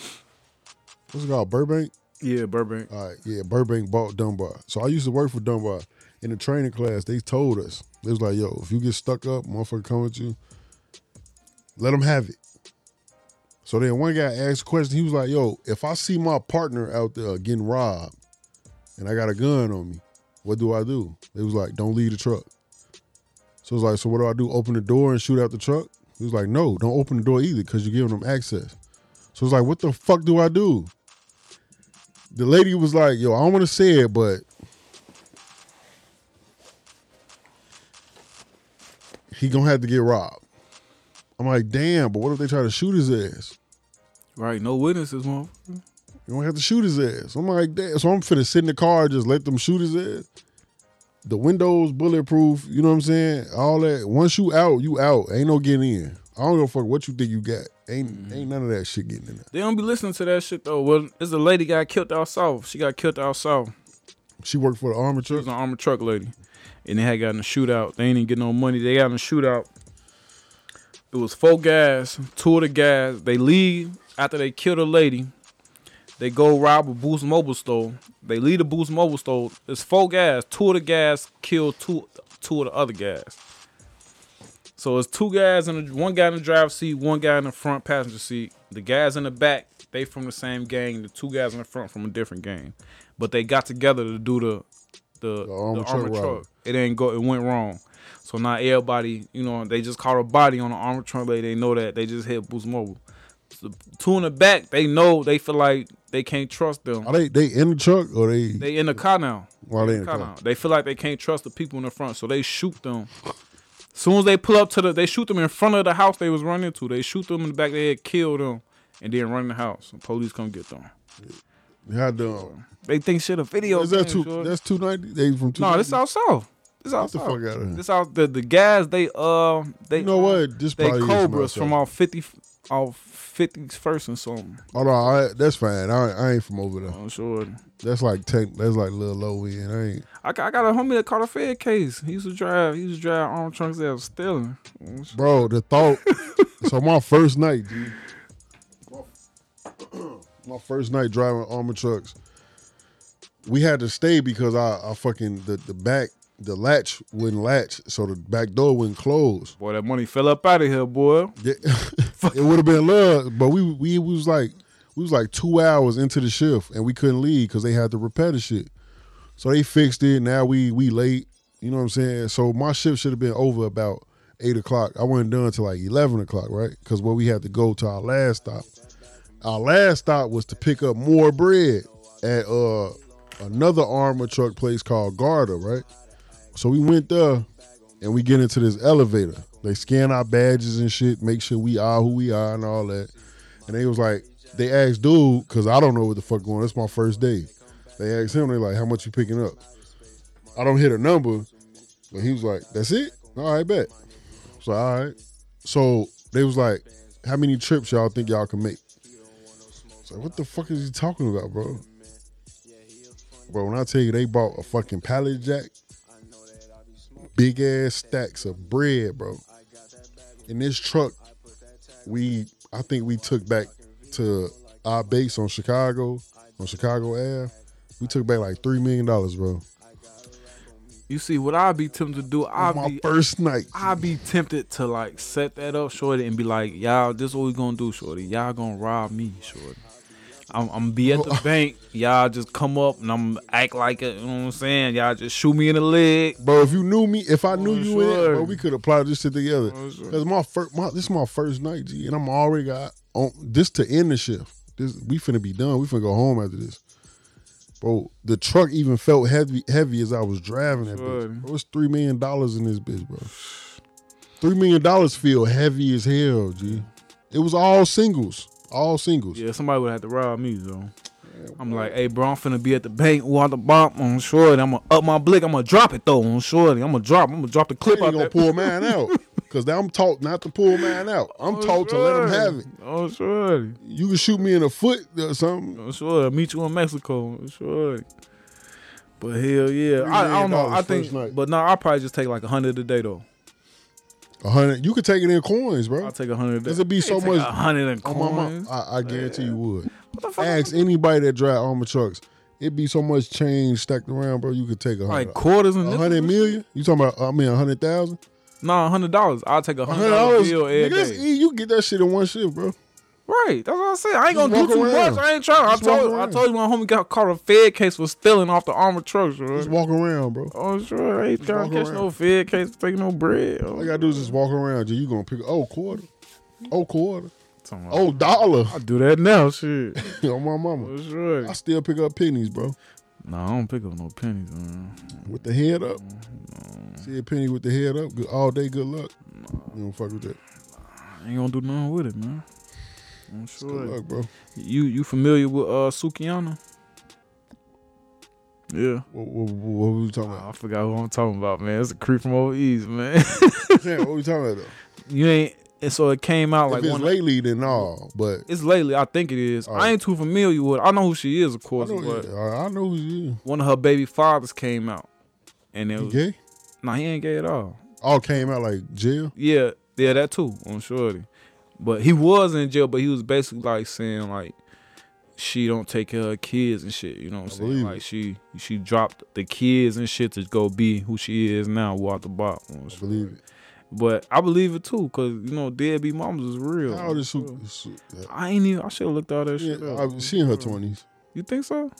B: what's it called? Burbank.
A: Yeah, Burbank.
B: All right, yeah, Burbank bought Dunbar. So I used to work for Dunbar. In the training class, they told us they was like, "Yo, if you get stuck up, motherfucker, come with you. Let them have it." So then one guy asked a question. He was like, "Yo, if I see my partner out there getting robbed, and I got a gun on me, what do I do?" They was like, "Don't leave the truck." So it's like, "So what do I do? Open the door and shoot out the truck?" He was like, "No, don't open the door either, because you're giving them access." So it's like, "What the fuck do I do?" the lady was like, "Yo, I don't want to say it, but he gonna have to get robbed." I'm like, "Damn!" But what if they try to shoot his ass?
A: Right, no witnesses, motherfucker.
B: You don't have to shoot his ass. I'm like, "Damn!" So I'm finna sit in the car and just let them shoot his ass. The windows bulletproof. You know what I'm saying? All that. Once you out, you out. Ain't no getting in. I don't give a fuck what you think you got. Ain't ain't none of that shit getting in there.
A: They don't be listening to that shit though. Well, there's a lady got killed out south. She got killed out south.
B: She worked for the armored
A: She
B: truck.
A: was an armored truck lady, and they had gotten a shootout. They ain't even get no money. They got in a shootout. It was four guys, two of the guys. They leave after they kill the lady. They go rob a Boost Mobile store. They leave the Boost Mobile store. It's four guys. Two of the guys kill two two of the other guys. So it's two guys in the, one guy in the driver's seat, one guy in the front passenger seat. The guys in the back, they from the same gang. The two guys in the front from a different gang, but they got together to do the the, the armored, truck.
B: robbery.
A: It ain't go. It went wrong. So now everybody, you know, they just caught a body on the armored truck. They they know that they just hit Boost Mobile. So the two in the back, they know they feel like they can't trust them.
B: Are they they in the truck or they
A: They in the car now.
B: while they in the
A: Car
B: car?
A: now. They feel like they can't trust the people in the front, so they shoot them. Soon as they pull up to the, they shoot them in front of the house they was running to. They shoot them in the back of their head, kill them, and then run in the house. And police come get them.
B: How dumb?
A: They think shit a video.
B: Is that
A: game,
B: two?
A: George.
B: That's two ninety. They from two.
A: No, this out south. This out
B: Get the
A: south.
B: fuck outta here.
A: This out the the guys they uh they
B: You know what? This
A: they
B: probably is
A: cobras from
B: outside.
A: off fifty off fifty first and something.
B: Oh no, I, that's fine. I, I ain't from over there.
A: I'm sure.
B: That's like tank. That's like little low end. I ain't.
A: I got, I got a homie that caught a Fed case. He used to drive. He used to drive arm trunks that was stealing.
B: Bro, the thought. so my first night, dude. My first night driving armor trucks. We had to stay because I, I fucking the, the back the latch wouldn't latch, so the back door wouldn't close.
A: Boy, that money fell up out of here, boy.
B: Yeah, it would have been love, but we we was like we was like two hours into the shift and we couldn't leave because they had to repair the shit. So they fixed it. Now we we late. You know what I'm saying? So my shift should have been over about eight o'clock. I wasn't done till like eleven o'clock, right? Because where we had to go to our last stop. Our last stop was to pick up more bread at uh another armor truck place called Garda, right? So we went there and we get into this elevator. They scan our badges and shit, make sure we are who we are and all that. And they was like, they asked dude, cause I don't know what the fuck going. on. It's my first day. They asked him, they like, how much you picking up? I don't hit a number, but he was like, that's it. All right, bet. So all right. So they was like, how many trips y'all think y'all can make? It's like, what the fuck is he talking about, bro? Bro, when I tell you they bought a fucking pallet jack, big ass stacks of bread, bro. In this truck, we I think we took back to our base on Chicago, on Chicago Ave. We took back like three million dollars, bro.
A: You see, what I be tempted to do, I
B: Oh, My
A: be
B: first night.
A: I be tempted to like set that up, shorty, and be like, y'all, this what we gonna do, shorty. Y'all gonna rob me, shorty. I'm, I'm be at the bank. Y'all just come up and I'm act like it. You know what I'm saying? Y'all just shoot me in the leg.
B: Bro, if you knew me, if I knew
A: For
B: you in it,
A: sure.
B: bro, we could apply this shit together.
A: For sure.
B: Cause my first, my, this is my first night, G, and I'm already got on this to end the shift. This we finna be done. We finna go home after this, bro. The truck even felt heavy, heavy as I was driving that
A: Sure.
B: bitch. Bro, it was three million dollars in this bitch, bro. Three million dollars feel heavy as hell, G. It was all singles, all singles.
A: Yeah, somebody would have to rob me though. I'm like, hey bro, I'm finna be at the bank. Ooh, out the bomb on shorty. I'ma up my blick. I'ma drop it though on shorty. I'ma drop. I'ma drop the
B: They
A: clip out
B: ain't gonna
A: there.
B: pull mine out, cause now I'm taught not to pull mine out. I'm taught to let them have it.
A: Oh shorty.
B: You can shoot me in the foot or something.
A: I'm sure. Meet you in Mexico. I'm sure. But hell yeah, I, I don't know.
B: $3
A: I think,
B: first night.
A: but no, I'll probably just take like a hundred a day though.
B: A hundred. You could take it in coins, bro.
A: I'll take a hundred. a day.
B: This'll be
A: Hey,
B: so
A: take
B: much-
A: A hundred and
B: On my mom,
A: coins.
B: I, I guarantee you would.
A: What the fuck?
B: Ask anybody that drive armor trucks. It'd be so much change stacked around, bro. You could take a
A: like
B: hundred.
A: quarters and
B: A hundred million? You talking about? I mean, a hundred thousand?
A: No, nah, a hundred dollars. I'll take a
B: A
A: hundred
B: hundred
A: dollar
B: dollars?
A: bill every
B: Nigga, that's
A: day.
B: e- you get that shit in one shift, bro.
A: Right, that's what I said. I ain't gonna
B: Just
A: do too
B: walk around.
A: much. I ain't trying. I
B: Just walk
A: told, I
B: around.
A: told you my homie got caught a Fed case for stealing off the armored truck.
B: Just
A: Sure.
B: walk around, bro.
A: Oh sure, I ain't trying to catch
B: walk around.
A: no Fed case for taking no bread.
B: All you gotta do is just walk around. G. You gonna pick? Oh, quarter. Oh, quarter.
A: Oh,
B: Oh, dollar.
A: I do that now. Shit.
B: On my mama.
A: For Oh, sure.
B: I still pick up pennies, bro.
A: No, I don't pick up no pennies, man.
B: With the head up. See a penny with the head up. Good, all day. Good luck. You don't fuck with that.
A: I ain't gonna do nothing with it, man. I'm
B: Good
A: sure.
B: luck, bro.
A: You you familiar with uh Sukiana? Yeah.
B: What, what, what, what were we talking
A: Oh, I
B: about?
A: forgot what I'm talking about, man. It's a creep from over east, man.
B: Damn, what were we talking about though?
A: you ain't and so it came out like
B: if it's
A: one
B: lately, then no. But
A: It's lately, I think it is.
B: Oh.
A: I ain't too familiar with. It. I know who she is, of
B: I
A: course,
B: know,
A: but
B: I I know who you.
A: one of her baby fathers came out, and it
B: You
A: was
B: gay?
A: nah, he ain't gay at all.
B: All came out like jail.
A: Yeah, yeah, that too on Shorty, but he was in jail. But he was basically like saying like she don't take care of her kids and shit. You know what I'm
B: I
A: saying?
B: believe
A: Like
B: it.
A: she she dropped the kids and shit to go be who she is now, Walter Bop.
B: I believe it.
A: But I believe it too, cause you know deadbeat mamas is real.
B: How old is Su- Su- uh,
A: I ain't even. I should have looked all that
B: yeah,
A: shit. Up.
B: I- she in her twenties,
A: You think so?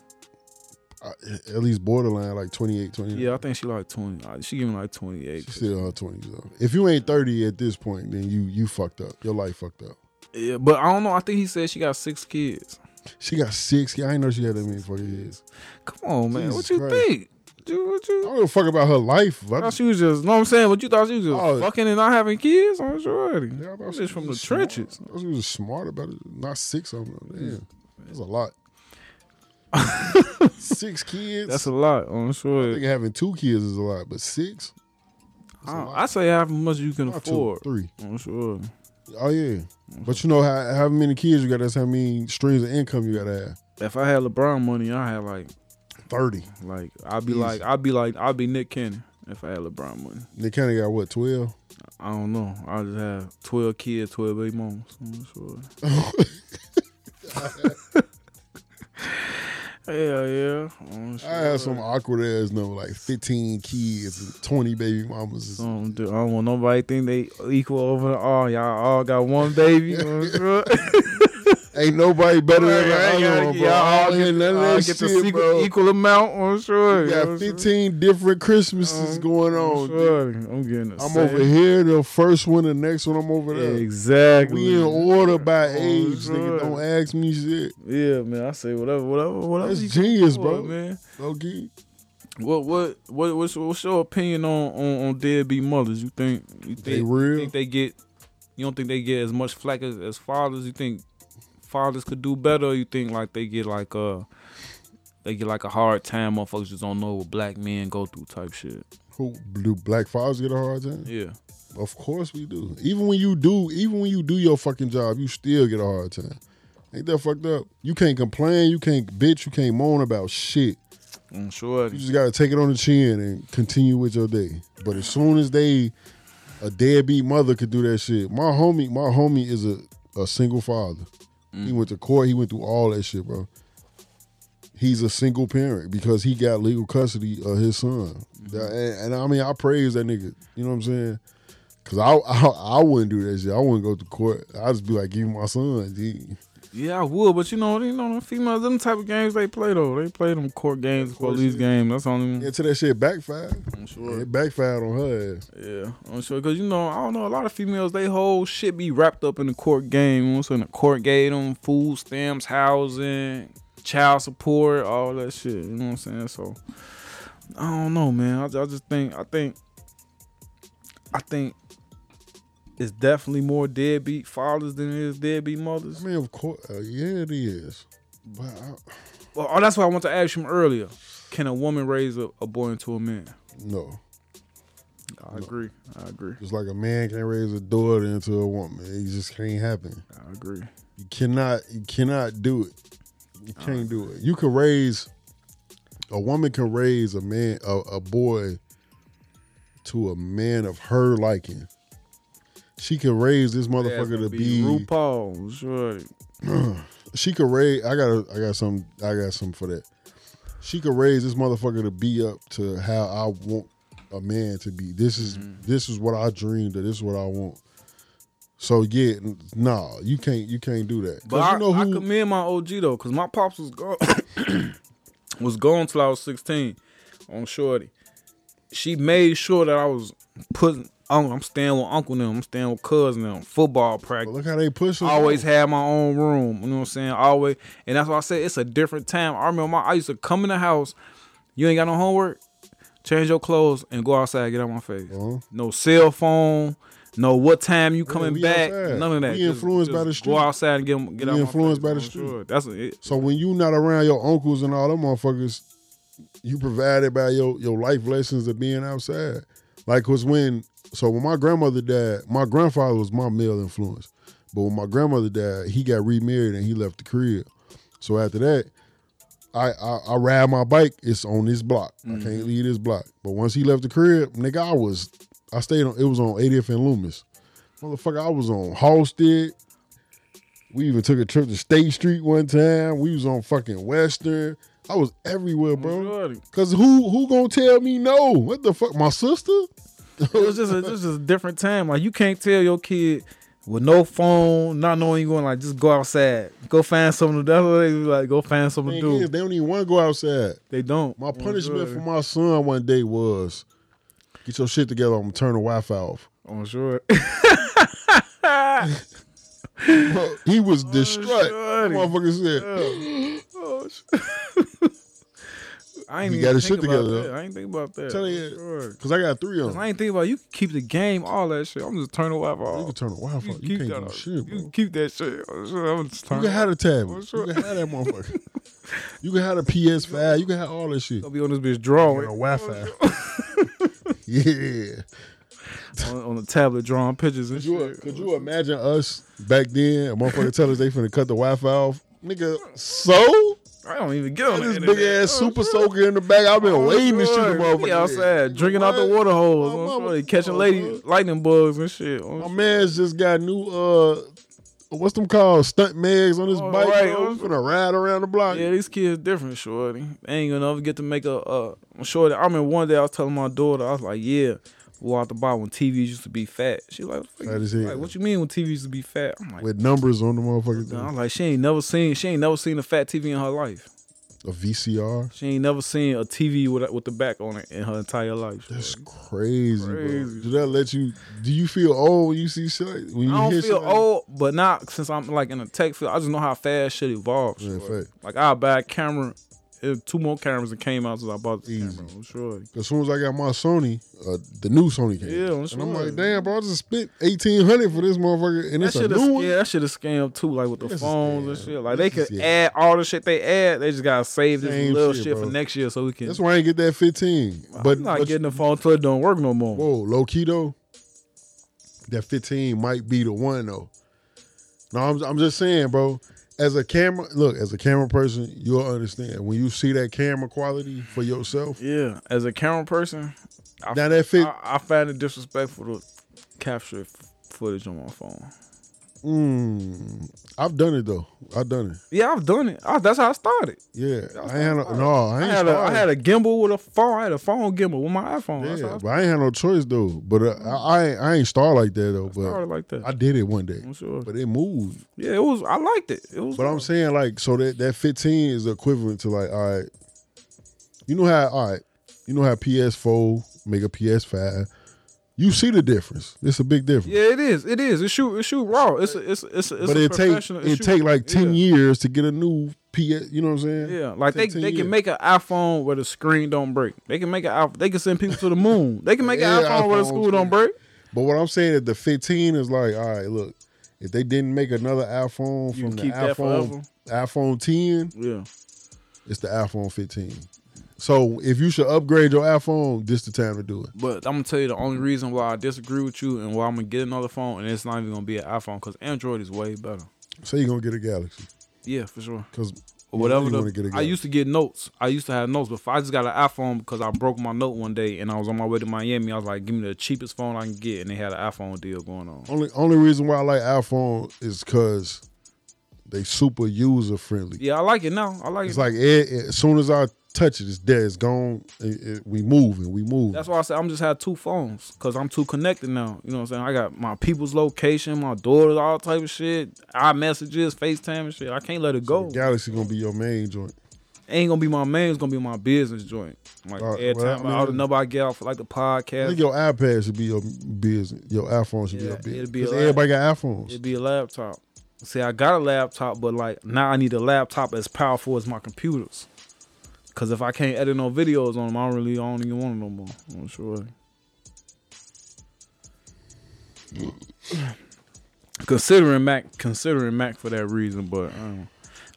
B: at least borderline like 28, 29.
A: Yeah, I think she like twenty. Uh, She giving like twenty eight.
B: She's still in her twenties though. If you ain't thirty at this point, then you you fucked up. Your life fucked up.
A: Yeah, but I don't know. I think he said she got six kids.
B: She got six. I ain't know she had that many fucking kids.
A: Come on, man.
B: Jesus
A: what you
B: Christ.
A: think? You, what
B: I
A: you?
B: don't give a fuck about her life. I
A: I thought
B: just-
A: she was just. Know what I'm saying? What you thought she was just
B: Oh.
A: fucking and not having kids? I'm sure.
B: Yeah, I thought
A: This
B: she
A: from the
B: was smart.
A: trenches.
B: I thought she was smart about it. Not six of them. Damn, that's a lot. six kids.
A: That's a lot. oh, I'm
B: I
A: sure.
B: think having two kids is a lot, but six. That's a
A: I,
B: lot.
A: Oh, I say half as much as you can
B: Not
A: afford.
B: two, three.
A: I'm sure.
B: Oh yeah, but you know how how many kids you got? That's how many streams of income you gotta have.
A: If I had LeBron money, I had like
B: Thirty.
A: like I'd be
B: Easy.
A: like I'd be like I'd be Nick Cannon if I had LeBron money.
B: They kind of got what twelve.
A: I don't know. I just have twelve kids, twelve baby oh, moms. I'm sure. Hell yeah. Oh, I'm sure.
B: I had some awkward ass number like fifteen kids and twenty baby mamas.
A: I don't, do, I don't want nobody think they equal over the all. Y'all all got one baby. I'm sure.
B: Ain't nobody better than the
A: Right,
B: other one, bro.
A: Y'all all
B: I ain't
A: get,
B: none of
A: y'all
B: that
A: get the
B: shit,
A: sequ-
B: bro.
A: equal amount. I'm sure.
B: We got
A: I'm sure.
B: 15 different Christmases
A: Um,
B: going on.
A: I'm, sure. I'm getting the
B: I'm
A: same.
B: over here, the first one, the next one, I'm over there.
A: Exactly. Oh,
B: We in order by
A: I'm
B: age,
A: sure.
B: nigga. Don't ask me shit.
A: Yeah, man. I say whatever, whatever, whatever.
B: That's
A: you can
B: genius,
A: afford,
B: bro.
A: man.
B: Okay.
A: What what what what's, what's your opinion on, on on deadbeat mothers? You think you think
B: They
A: you
B: real?
A: think they get you don't think they get as much flack as, as fathers? You think fathers could do better? Or you think like they get like uh they get like a hard time? Motherfuckers just don't know what black men go through type shit.
B: Who do black fathers get a hard time?
A: Yeah,
B: Of course we do. Even when you do, even when you do your fucking job, you still get a hard time. Ain't that fucked up? You can't complain, you can't bitch, you can't moan about shit.
A: I'm sure.
B: You just gotta take it on the chin and continue with your day. But as soon as they a deadbeat mother could do that shit. My homie, my homie is a, a single father. He went to court, he went through all that shit, bro. He's a single parent because he got legal custody of his son. That- And, and I mean, I praise that nigga. You know what I'm saying? Cause I, I I wouldn't do that shit. I wouldn't go to court. I'd just be like, give me my son. G.
A: Yeah, I would, but you know, you know, them females, them type of games they play though. They play them court games,
B: course
A: police
B: it is.
A: games. That's the only.
B: Until that shit backfired.
A: I'm sure.
B: It backfired on her ass.
A: Yeah, I'm sure because you know I don't know a lot of females they whole shit be wrapped up in the court game. You know, so in the court game, them food stamps, housing, child support, all that shit. You know what I'm saying? So I don't know, man. I, ju- I just think I think I think it's definitely more deadbeat fathers than it is deadbeat
B: I
A: mothers.
B: mean, of course, uh, yeah, it is. But I,
A: Well, oh, that's why I want to ask him earlier. Can a woman raise a, a boy into a man?
B: no,
A: I agree. I agree.
B: just like a man can't raise a daughter into a woman, it just can't happen.
A: I agree.
B: You cannot, you cannot do it. You can't do it. You can raise a woman can raise a man, a, a boy, to a man of her liking. She can raise this motherfucker to be.
A: RuPaul. Sure.
B: She could raise. I got. a- I got some. I got some for that. She could raise this motherfucker to be up to how I want a man to be. This is
A: Mm-hmm.
B: this is what I dreamed of. This is what I want. So yeah, n- nah, you can't you can't do that. 'Cause
A: But I,
B: you know
A: I
B: who?
A: commend my OG though, cause my pops was gone was gone till I was sixteen on Shorty. She made sure that I was putting. I'm, I'm staying with Uncle now. I'm staying with cousin now. Football
B: But
A: practice.
B: look how they push. us
A: I always
B: out.
A: had my own room. You know what I'm saying? Always, and that's why I say it's a different time. I remember my, I used to come in the house. You ain't got no homework. Change your clothes and go outside. Get out my face.
B: Uh-huh.
A: No cell phone. No, what time you coming
B: we
A: back?
B: outside.
A: None of that.
B: We influenced by the street.
A: Go outside and get get
B: We
A: out.
B: influenced
A: my
B: by
A: face.
B: the
A: I'm
B: street.
A: Sure. That's it.
B: So when you not around your uncles and all them motherfuckers, you provided by your your life lessons of being outside. Like was when so when my grandmother died, my grandfather was my male influence. But when my grandmother died, he got remarried and he left the crib. So after that, I I, I ride my bike. It's on this block. I can't leave this block. But once he left the crib, nigga, I was I stayed on. It was on 80th and Loomis. Motherfucker, I was on Halstead. We even took a trip to State Street one time. We was on fucking Western. I was everywhere, bro.
A: Shorty.
B: Cause who who gonna tell me no? What the fuck, my sister?
A: It was just a, this is a different time. Like you can't tell your kid with no phone, not knowing you going like just go outside, go find something. to- That's what they be like. Go find something to
B: Thing
A: do.
B: is, they don't even want to go outside.
A: they don't.
B: My punishment
A: sure.
B: for my son one day was get your shit together. I'm gonna turn the Wi-Fi off.
A: I'm Oh, sure.
B: Bro, he
A: Oh,
B: was distraught.
A: shorty.
B: Motherfucker said,
A: Oh, sh- I ain't
B: You
A: even
B: got
A: got
B: his
A: think
B: shit
A: about
B: together,
A: that.
B: though.
A: I ain't think about that.
B: Tell you-
A: for sure.
B: Cause I got three of
A: 'Cause I
B: them.
A: ain't think about it. you can keep the game, all that shit. I'm just turning off
B: You can
A: all.
B: turn the Wi-Fi. You,
A: keep that.
B: can't do
A: off.
B: shit, bro.
A: you keep that shit. I'm sure I'm just
B: You
A: turning.
B: can have a
A: I'm
B: tablet.
A: sure.
B: You can have that motherfucker. you can have a PS5. You can have all that shit.
A: I'll be on this bitch
B: On
A: drawing
B: Wi-Fi. yeah.
A: on, on the tablet, drawing pictures and
B: Could you,
A: shit.
B: could you imagine us back then? A motherfucker tell us they finna cut the Wi-Fi off. Nigga, so?
A: I don't even get on the
B: This
A: internet.
B: big ass
A: Oh,
B: super
A: shit.
B: soaker in the back. I've been
A: Oh,
B: waiting to shoot
A: sure.
B: the motherfucker.
A: He outside drinking out the
B: What?
A: water hose.
B: My
A: I'm
B: mama-
A: sure they catching
B: Oh,
A: lady
B: bro.
A: lightning bugs and shit. Oh,
B: My
A: shit.
B: man's just got new uh what's them called? Stunt mags on his
A: Oh,
B: bike.
A: right.
B: Bro. We finna ride around the block.
A: Yeah, these kids different, shorty. They ain't gonna ever get to make a. Uh, I'm sure. that- I remember one day I was telling my daughter, I was like, "Yeah, we out the bar when TVs used to be fat." She like, what, the fuck
B: Fat
A: you-
B: as hell.
A: like, what you mean when TVs used to be fat?" I'm like,
B: With numbers on the motherfucker.
A: "Nah." I'm like, she ain't never seen. She ain't never seen a fat TV in her life.
B: A VCR.
A: She ain't never seen a TV with with the back on it in her entire life.
B: That's
A: shorty.
B: crazy,
A: Crazy.
B: bro. Do that let you? Do you feel old when you see shit? Like, when you
A: I don't
B: hear
A: feel
B: shit like-
A: old, but not since I'm like in the tech field. I just know how fast shit evolves.
B: Yeah,
A: shorty.
B: fact.
A: Like I buy a camera, eh, two more cameras that came out since I bought the
B: Easy.
A: camera. I'm sure.
B: As soon as I got my Sony, uh, the new Sony came,
A: Yeah, I'm
B: and
A: sure.
B: I'm like, damn, bro, I just spent eighteen hundred for this motherfucker, and
A: That
B: it's a
A: should
B: new
A: have
B: one.
A: scammed. That should have scammed too, like with the
B: That's a
A: phones and
B: scam.
A: shit. Like they
B: That's
A: could
B: a scam.
A: add all the shit they add. They just gotta save this
B: Same
A: little
B: shit,
A: shit, for
B: bro.
A: next year so we can.
B: That's why I ain't get that fifteen. But,
A: I'm not
B: but-
A: getting the phone till it don't work no more.
B: whoa, low key though, that fifteen might be the one though. No, I'm I'm just saying, bro. As a camera, look, as a camera person, you'll understand when you see that camera quality for yourself.
A: yeah, as a camera person, I,
B: Now that fit,
A: I, I find it disrespectful to capture f- footage on my phone.
B: mm, I've done it though. I've done it.
A: Yeah, I've done it. I, that's how I started.
B: Yeah,
A: That was
B: I ain't had
A: my
B: no,
A: fault.
B: no, I
A: I,
B: ain't
A: had a, I
B: started.
A: had a gimbal with a phone. I had a phone gimbal with my iPhone. Oh, That's
B: yeah,
A: how
B: but I ain't had no choice though. But uh, I, I ain't- I ain't star like that though.
A: I started
B: But
A: like that.
B: I did it one day.
A: I'm sure.
B: But it moved.
A: yeah, it was. I liked it. It was.
B: But I'm saying like, so that that 15 is equivalent to like, all right, you know how, all right, you know how PS4 make a PS5. You see the difference. It's a big difference.
A: Yeah, it is. It is. It shoot. It shoot raw. It's a, it's a, it's a, it's
B: but
A: a
B: it take
A: professional.
B: it
A: shoot-
B: take like 10
A: yeah.
B: years to get a new PS. You know what I'm saying?
A: Yeah, like they,
B: 10
A: they
B: years.
A: can make an iPhone where the screen don't break. They can make an iPhone. They can send people to the moon. They can make
B: Yeah,
A: an iPhone where the
B: iPhone
A: school don't
B: screen.
A: break.
B: But what I'm saying is the 15 is like, all right, look, if they didn't make another iPhone
A: You
B: from
A: can
B: the
A: keep that forever.
B: iPhone iPhone 10,
A: Yeah,
B: it's the iPhone 15. So if you should upgrade your iPhone, this the time to do it.
A: but I'm gonna tell you the only reason why I disagree with you and why I'm gonna get another phone and it's not even gonna be an iPhone because Android is way better.
B: Say you're gonna get a Galaxy,
A: Yeah, for sure.
B: cause
A: Whatever
B: you wanna
A: the,
B: get a
A: I used to get notes. I used to have notes before. I just got an iPhone because I broke my note one day and I was on my way to Miami. I was like, give me the cheapest phone I can get, and they had an iPhone deal going on.
B: only only reason why I like iPhone is cause they super user friendly.
A: Yeah, I like it now. I like
B: It's
A: it.
B: like it, it- as soon as I touch it, it's dead. It's gone. It, it, we moving. We moving.
A: That's why I said I'm just had two phones because I'm too connected now. You know what I'm saying? I got my people's location, my daughter's all type of shit, iMessages, FaceTime and shit. I can't let it go.
B: Galaxy gonna be your main joint.
A: Ain't gonna be my main. It's gonna be my business joint. Like
B: All right,
A: every
B: well,
A: time,
B: I mean-
A: all the number I get out for like the
B: I think
A: podcast,
B: your iPad should be your business. Your iPhone should
A: Yeah,
B: be your
A: it'd be
B: business. 'Cause
A: like-
B: everybody got iPhones.
A: it'd be a laptop. See, I got a laptop, but like now I need a laptop as powerful as my computers. Cause if I can't edit no videos on them, I don't really, I don't even want them no more. I'm sure. considering Mac, considering Mac for that reason, but I, don't,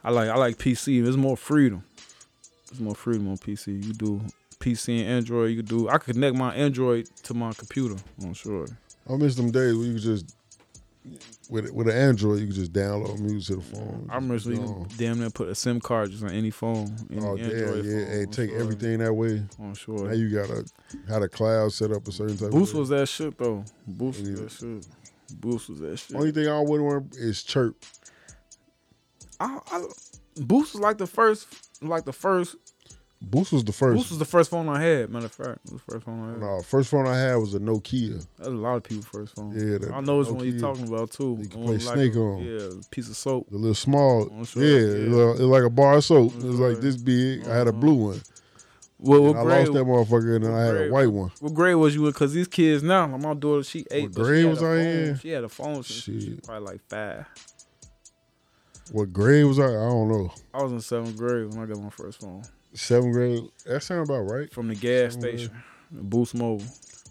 A: I like I like PC. There's more freedom. There's more freedom on PC. You do PC and Android. You do. I could connect my Android to my computer. I'm sure.
B: I miss them days where you could just with with an Android, you could just download music to the phone.
A: I remember you
B: Gone.
A: can damn near put a SIM card just on any phone, any
B: Oh damn, yeah,
A: Android phone.
B: hey,
A: I'm
B: take
A: sure.
B: everything that way.
A: I'm
B: Now
A: sure.
B: you gotta had a cloud set up a certain type.
A: Boost
B: of way.
A: was that shit though. Boost
B: Yeah. Oh,
A: was that shit. Boost was that shit.
B: only thing I wouldn't want is chirp.
A: I, I Boost was like the first, like the first.
B: Boost was the first.
A: Boost was the first phone I had. Matter of fact, it was the first phone I had.
B: no, first phone I had was a Nokia.
A: That's a lot of people's first phone.
B: Yeah, that
A: I know it's one you're
B: Nokia.
A: talking about too.
B: You can
A: One
B: play Snake
A: a,
B: on.
A: Yeah, piece of soap.
B: The little small,
A: I'm Oh, sure,
B: yeah,
A: yeah.
B: It's, like, it's like a bar of soap. It's like
A: sure. Uh-huh.
B: this big. I had a blue one.
A: What, what
B: And I
A: grade?
B: lost that motherfucker, and then I had a
A: grade?
B: white one.
A: What grade was you in? Cause these kids now, like my daughter, she eight. but she
B: grade
A: had
B: was
A: a
B: I
A: phone.
B: in?
A: She had a phone. Since She was
B: Shit.
A: probably like five.
B: What grade was I? I don't know.
A: I was in seventh grade when I got my first phone
B: Seventh grade. That sound about right.
A: from the gas
B: Seventh grade.
A: station, Boost Mobile.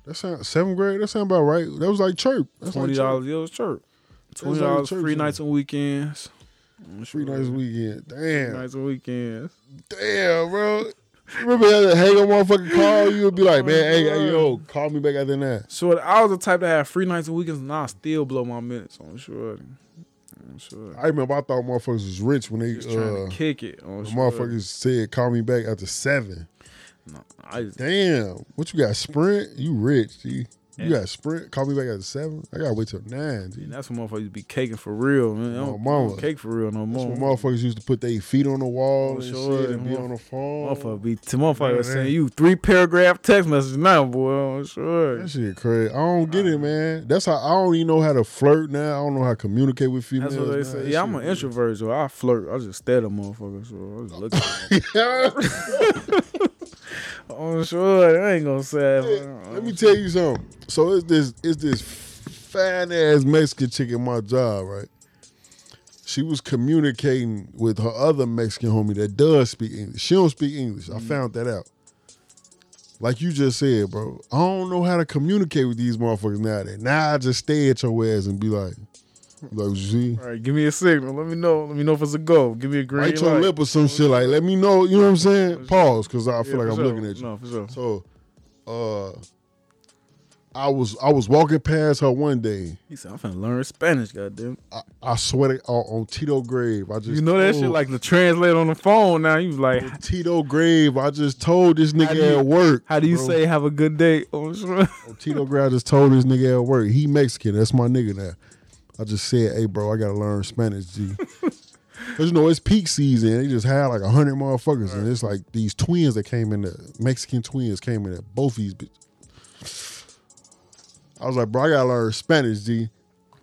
B: That sound seventh grade. That sound about right. That was like chirp. That's like
A: Twenty
B: chirp.
A: dollars. It was church. Twenty
B: like
A: dollars.
B: church,
A: Free
B: yeah.
A: nights and weekends.
B: Three nights a weekend. Damn.
A: Free nights and weekends.
B: Damn, bro. Remember that hang on motherfucker call you and be like, man, hey, hey,
A: Oh,
B: yo, call me back after that.
A: So I was the type that had free nights and weekends, and I still blow my minutes on sure. I'm sure.
B: I remember I thought motherfuckers was rich when they
A: Just
B: uh
A: trying to kick it on
B: the
A: sure.
B: motherfuckers said call me back after seven.
A: I just,
B: Damn. What you got? Sprint? You rich, G. You got sprint? Call me back after seven? I gotta wait till nine, G.
A: and that's when motherfuckers be caking for real, man. I
B: Oh,
A: don't, I
B: mama.
A: don't cake for real no
B: That's when
A: more.
B: motherfuckers used to put their feet on the wall
A: Oh,
B: and
A: sure.
B: shit and be on the phone.
A: Motherfucker be to motherfucker
B: Man,
A: send
B: that-
A: you three paragraph text messages now, boy. On sure.
B: That shit crazy. I don't get it, man. That's how I don't even know how to flirt now. I don't know how to communicate with females.
A: That's what they
B: now.
A: say.
B: That
A: Yeah, I'm
B: shit
A: an
B: weird.
A: introvert, so I flirt. I just stare at motherfuckers. So I just look at them. Oh, sure. I ain't gonna say.
B: Let me tell you something. So it's this it's this fat ass Mexican chick at my job, right? She was communicating with her other Mexican homie that does speak English. She don't speak English.
A: Mm.
B: I found that out. Like you just said, bro. I don't know how to communicate with these motherfuckers nowadays. Now I just stay at your ass and be like, like, you see?
A: All right, give me a signal. Let me know. Let me know if it's a go. Give me a green
B: Bite your
A: light.
B: lip or some shit. Like, let me know. You know what I'm saying? Pause, cause I feel
A: Yeah,
B: like
A: for
B: I'm
A: sure.
B: looking at you.
A: No, for sure.
B: So, uh, I was I was walking past her one day.
A: He said, I'm finna learn Spanish, goddamn.
B: I, I swear to on, on Tito Grave, I just
A: You know that
B: told-
A: shit like the translate on the phone now. You was like,
B: Tito Grave. I just told this
A: How do you-
B: nigga at work.
A: how do you
B: bro.
A: say have a good day? Oh, sure.
B: On Tito Grave? I just told this nigga at work. He Mexican. That's my nigga now. I just said, hey, bro, I gotta learn Spanish, G. Cause you know it's peak season. They just had like a hundred motherfuckers, and it's like these twins that came in there. Mexican twins came in there. Both these bitches. I was like, bro, I gotta learn Spanish, G,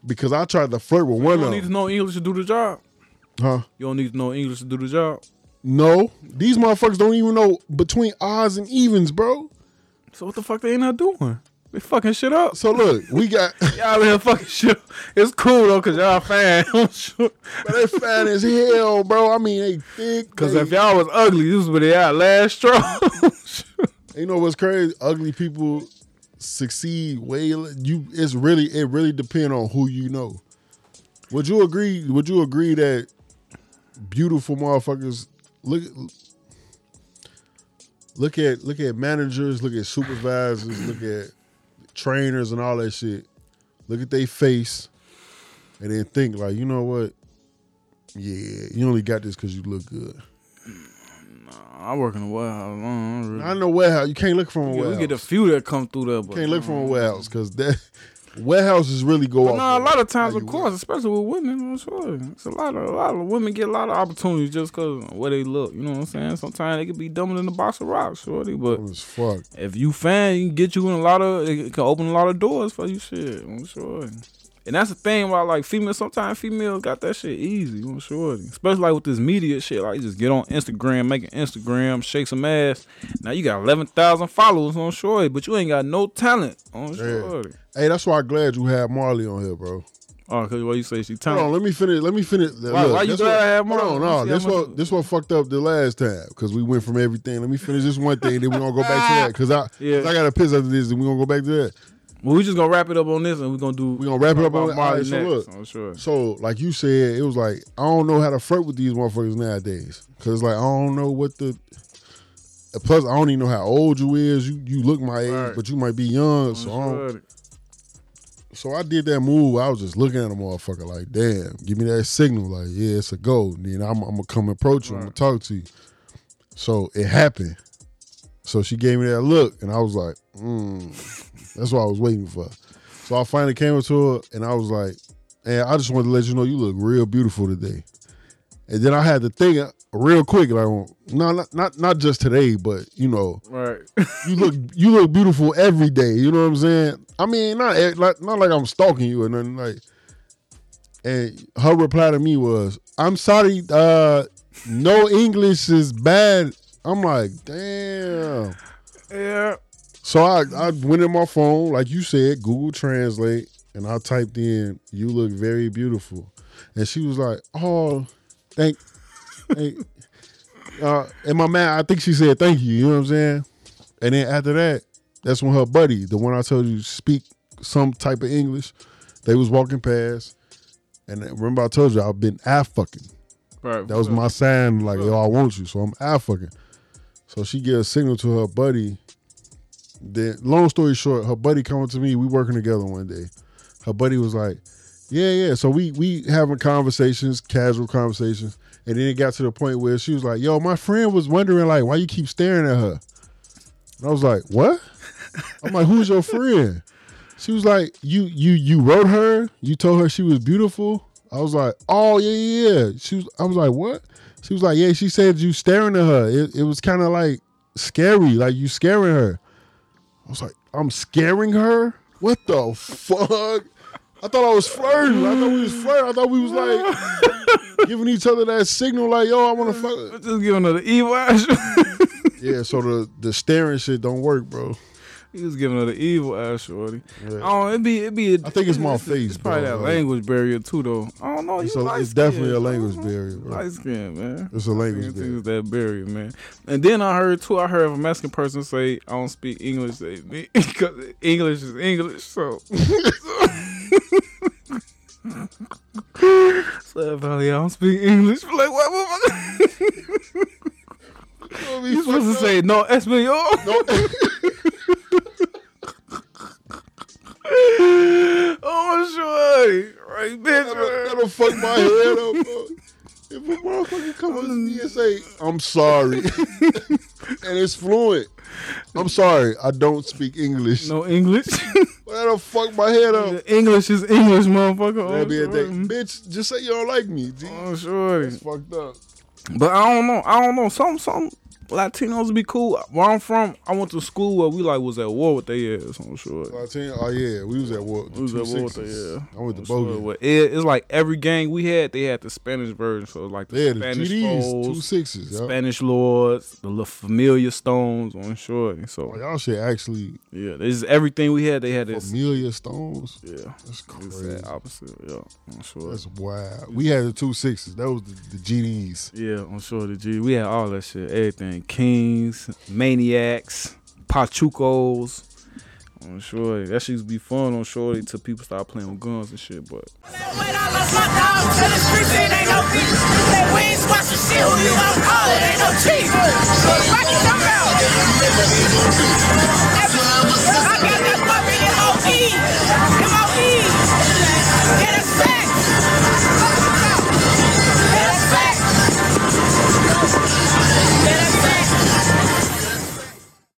B: because I tried to flirt with
A: You
B: one
A: don't
B: of
A: need to
B: them.
A: know English to do the job.
B: Huh?
A: You don't need to know English to do the job.
B: No, these motherfuckers don't even know between odds and evens, bro.
A: So what the fuck they not doing? They fucking shit up.
B: So look, we got
A: Y'all here fucking shit. up. It's cool though, cause y'all fine. I'm sure.
B: they fat as hell, bro. I mean, they thick.
A: Cause
B: they-
A: if y'all was ugly, this would be our last straw.
B: You know what's crazy? Ugly people succeed way. le- You, it's really it really depend on who you know. Would you agree? Would you agree that beautiful motherfuckers look look at look at managers, look at supervisors, look at trainers and all that shit. Look at their face, and then think like, you know what? Yeah, you only got this because you look good.
A: I work in a warehouse. I don't- I don't really-
B: I know warehouse. You can't look from a
A: Yeah, we
B: warehouse.
A: get a few that come through there, but
B: Can't look from a warehouse because that warehouses really go off.
A: Nah, a
B: of
A: lot of times,
B: how
A: of
B: you
A: course, especially with women, I'm sure. It's a lot of a lot of women get a lot of opportunities just cause of where they look. You know what I'm saying? Sometimes they could be dumber than a box of rocks, shorty. But
B: look. As fuck.
A: if you fan, you can get you in a lot of it can open a lot of doors for you, shit. I'm sure. And that's the thing why like females sometimes females got that shit easy, I'm sure. Especially like with this media shit, like you just get on Instagram, make an Instagram, shake some ass. Now you got eleven thousand followers on shorty, but you ain't got no talent on shorty.
B: Hey, that's why I'm glad you had Marley on here, bro.
A: Oh, cause why you say she
B: Hold on,
A: talented?
B: let me finish. Let me finish.
A: Why- why you
B: that's
A: glad
B: what-
A: I had Marley?
B: Hold
A: Let me
B: on,
A: see
B: no,
A: how
B: this
A: much-
B: what this what fucked up the last time because we went from everything. Let me finish this one thing, then we're gonna go back to that because I 'cause
A: Ah. Yeah.
B: I got a piss after this, and we're gonna go back to that.
A: Well, we just gonna wrap it up on this, and we gonna do.
B: We gonna wrap it up
A: about
B: on
A: Marley
B: alright, so
A: next.
B: look.
A: I'm sure.
B: So, like you said, it was like I don't know how to flirt with these motherfuckers nowadays. Cause like I don't know what the. Plus, I don't even know how old you is. You you look my age,
A: Right.
B: but you might be young. So I, don't,
A: Shorty.
B: so I did that move. I was just looking at a motherfucker like, damn, give me that signal. Like, yeah, it's a go. And then I'm, I'm gonna come approach you. I'm
A: Right.
B: gonna talk to you. So it happened. So she gave me that look, and I was like, mm. that's what I was waiting for. So I finally came up to her, and I was like, and I just wanted to let you know you look real beautiful today. And then I had to think uh, real quick, like, no, not, not not just today, but you know,
A: Right.
B: you look you look beautiful every day. You know what I'm saying? I mean, not e- like not like I'm stalking you or nothing like. And her reply to me was, "I'm sorry, uh, no English is bad." I'm like, damn.
A: yeah.
B: So I, I went in my phone, like you said, Google Translate, and I typed in, "You look very beautiful," and she was like, "Oh, thank, thank." Uh, and my man, I think she said thank you. You know what I'm saying? And then after that, that's when her buddy, the one I told you speak some type of English, they was walking past, and remember I told you I've been ass fucking.
A: Right.
B: That was my sign, like, yo, I want you, so I'm out fucking. So she gave a signal to her buddy. Then, long story short, her buddy coming to me. We working together one day. Her buddy was like, "Yeah, yeah." So we we having conversations, casual conversations, and then it got to the point where she was like, "Yo, my friend was wondering like why you keep staring at her." And I was like, "What?" I'm like, "Who's your friend?" She was like, "You you you wrote her. You told her she was beautiful." I was like, "Oh yeah yeah." yeah." She was. I was like, "What?" She was like, "Yeah." She said you staring at her. It, it was kind of like scary. Like you scaring her. I was like, "I'm scaring her. What the fuck?" I thought I was flirting. I thought we was flirting. I thought we was like giving each other that signal, like, "Yo, I want to fuck."
A: Just giving her the evil ass.
B: Yeah. So the the staring shit don't work, bro.
A: He was giving her the evil ass shorty.
B: Yeah.
A: Oh, it'd be it'd be. I
B: I think it's my face,
A: It's probably
B: bro.
A: that
B: Like,
A: language barrier too, though. I don't know. You
B: It's, a,
A: light
B: it's definitely a
A: skinned,
B: language
A: bro.
B: barrier, bro.
A: Light skin, man.
B: It's a
A: I
B: language
A: think
B: barrier.
A: it's that barrier, man. And then I heard too. I heard if a Mexican person say, "I don't speak English," they me because English is English. So, so if I don't speak English, like what? what, what? you supposed to say no español? oh, my sure. Right, bitch. man.
B: That'll fuck my head up, bro. If a motherfucker come up to me and say, I'm sorry, and it's fluent, I'm sorry, I don't speak English.
A: No English.
B: Well, that'll fuck my head up.
A: English is English, motherfucker.
B: That'll
A: Oh,
B: be a
A: shorty.
B: dick. Bitch, just say you don't like me, G.
A: Oh, shorty.
B: It's fucked up.
A: But I don't know. I don't know. Some some Latinos be cool. Where I'm from, I went to school where we like was at war with their ass. I'm sure.
B: So I tell you- oh, yeah, we was at war.
A: We was at war with their
B: 260s.
A: ass.
B: I went to
A: I'm sure
B: Bogan.
A: what- it- it's like every gang we had, they had the Spanish version. So like the
B: Yeah, the
A: Spanish
B: GDs, two
A: foes,
B: sixes. Y'all.
A: Spanish lords, the La Familia Stones on shorty.
B: Oh,
A: So
B: y'all shit actually
A: yeah, this is everything we had. They had this.
B: Amelia Stones.
A: Yeah,
B: That's
A: it's
B: crazy.
A: the opposite. Yeah, Oh, I'm sure.
B: That's wild. We had the two sixes. That was the, the GDs.
A: Yeah, I'm sure the G. We had all that shit. Everything. Kings, Maniacs, Pachucos. I'm sure that shit used to be fun on Shorty till people start playing with guns and shit. But
D: When I lost my dog to the streets, it ain't no beef. That we ain't squashing shit, who you gon' call it? Ain't no chief. Rock it, I'm out.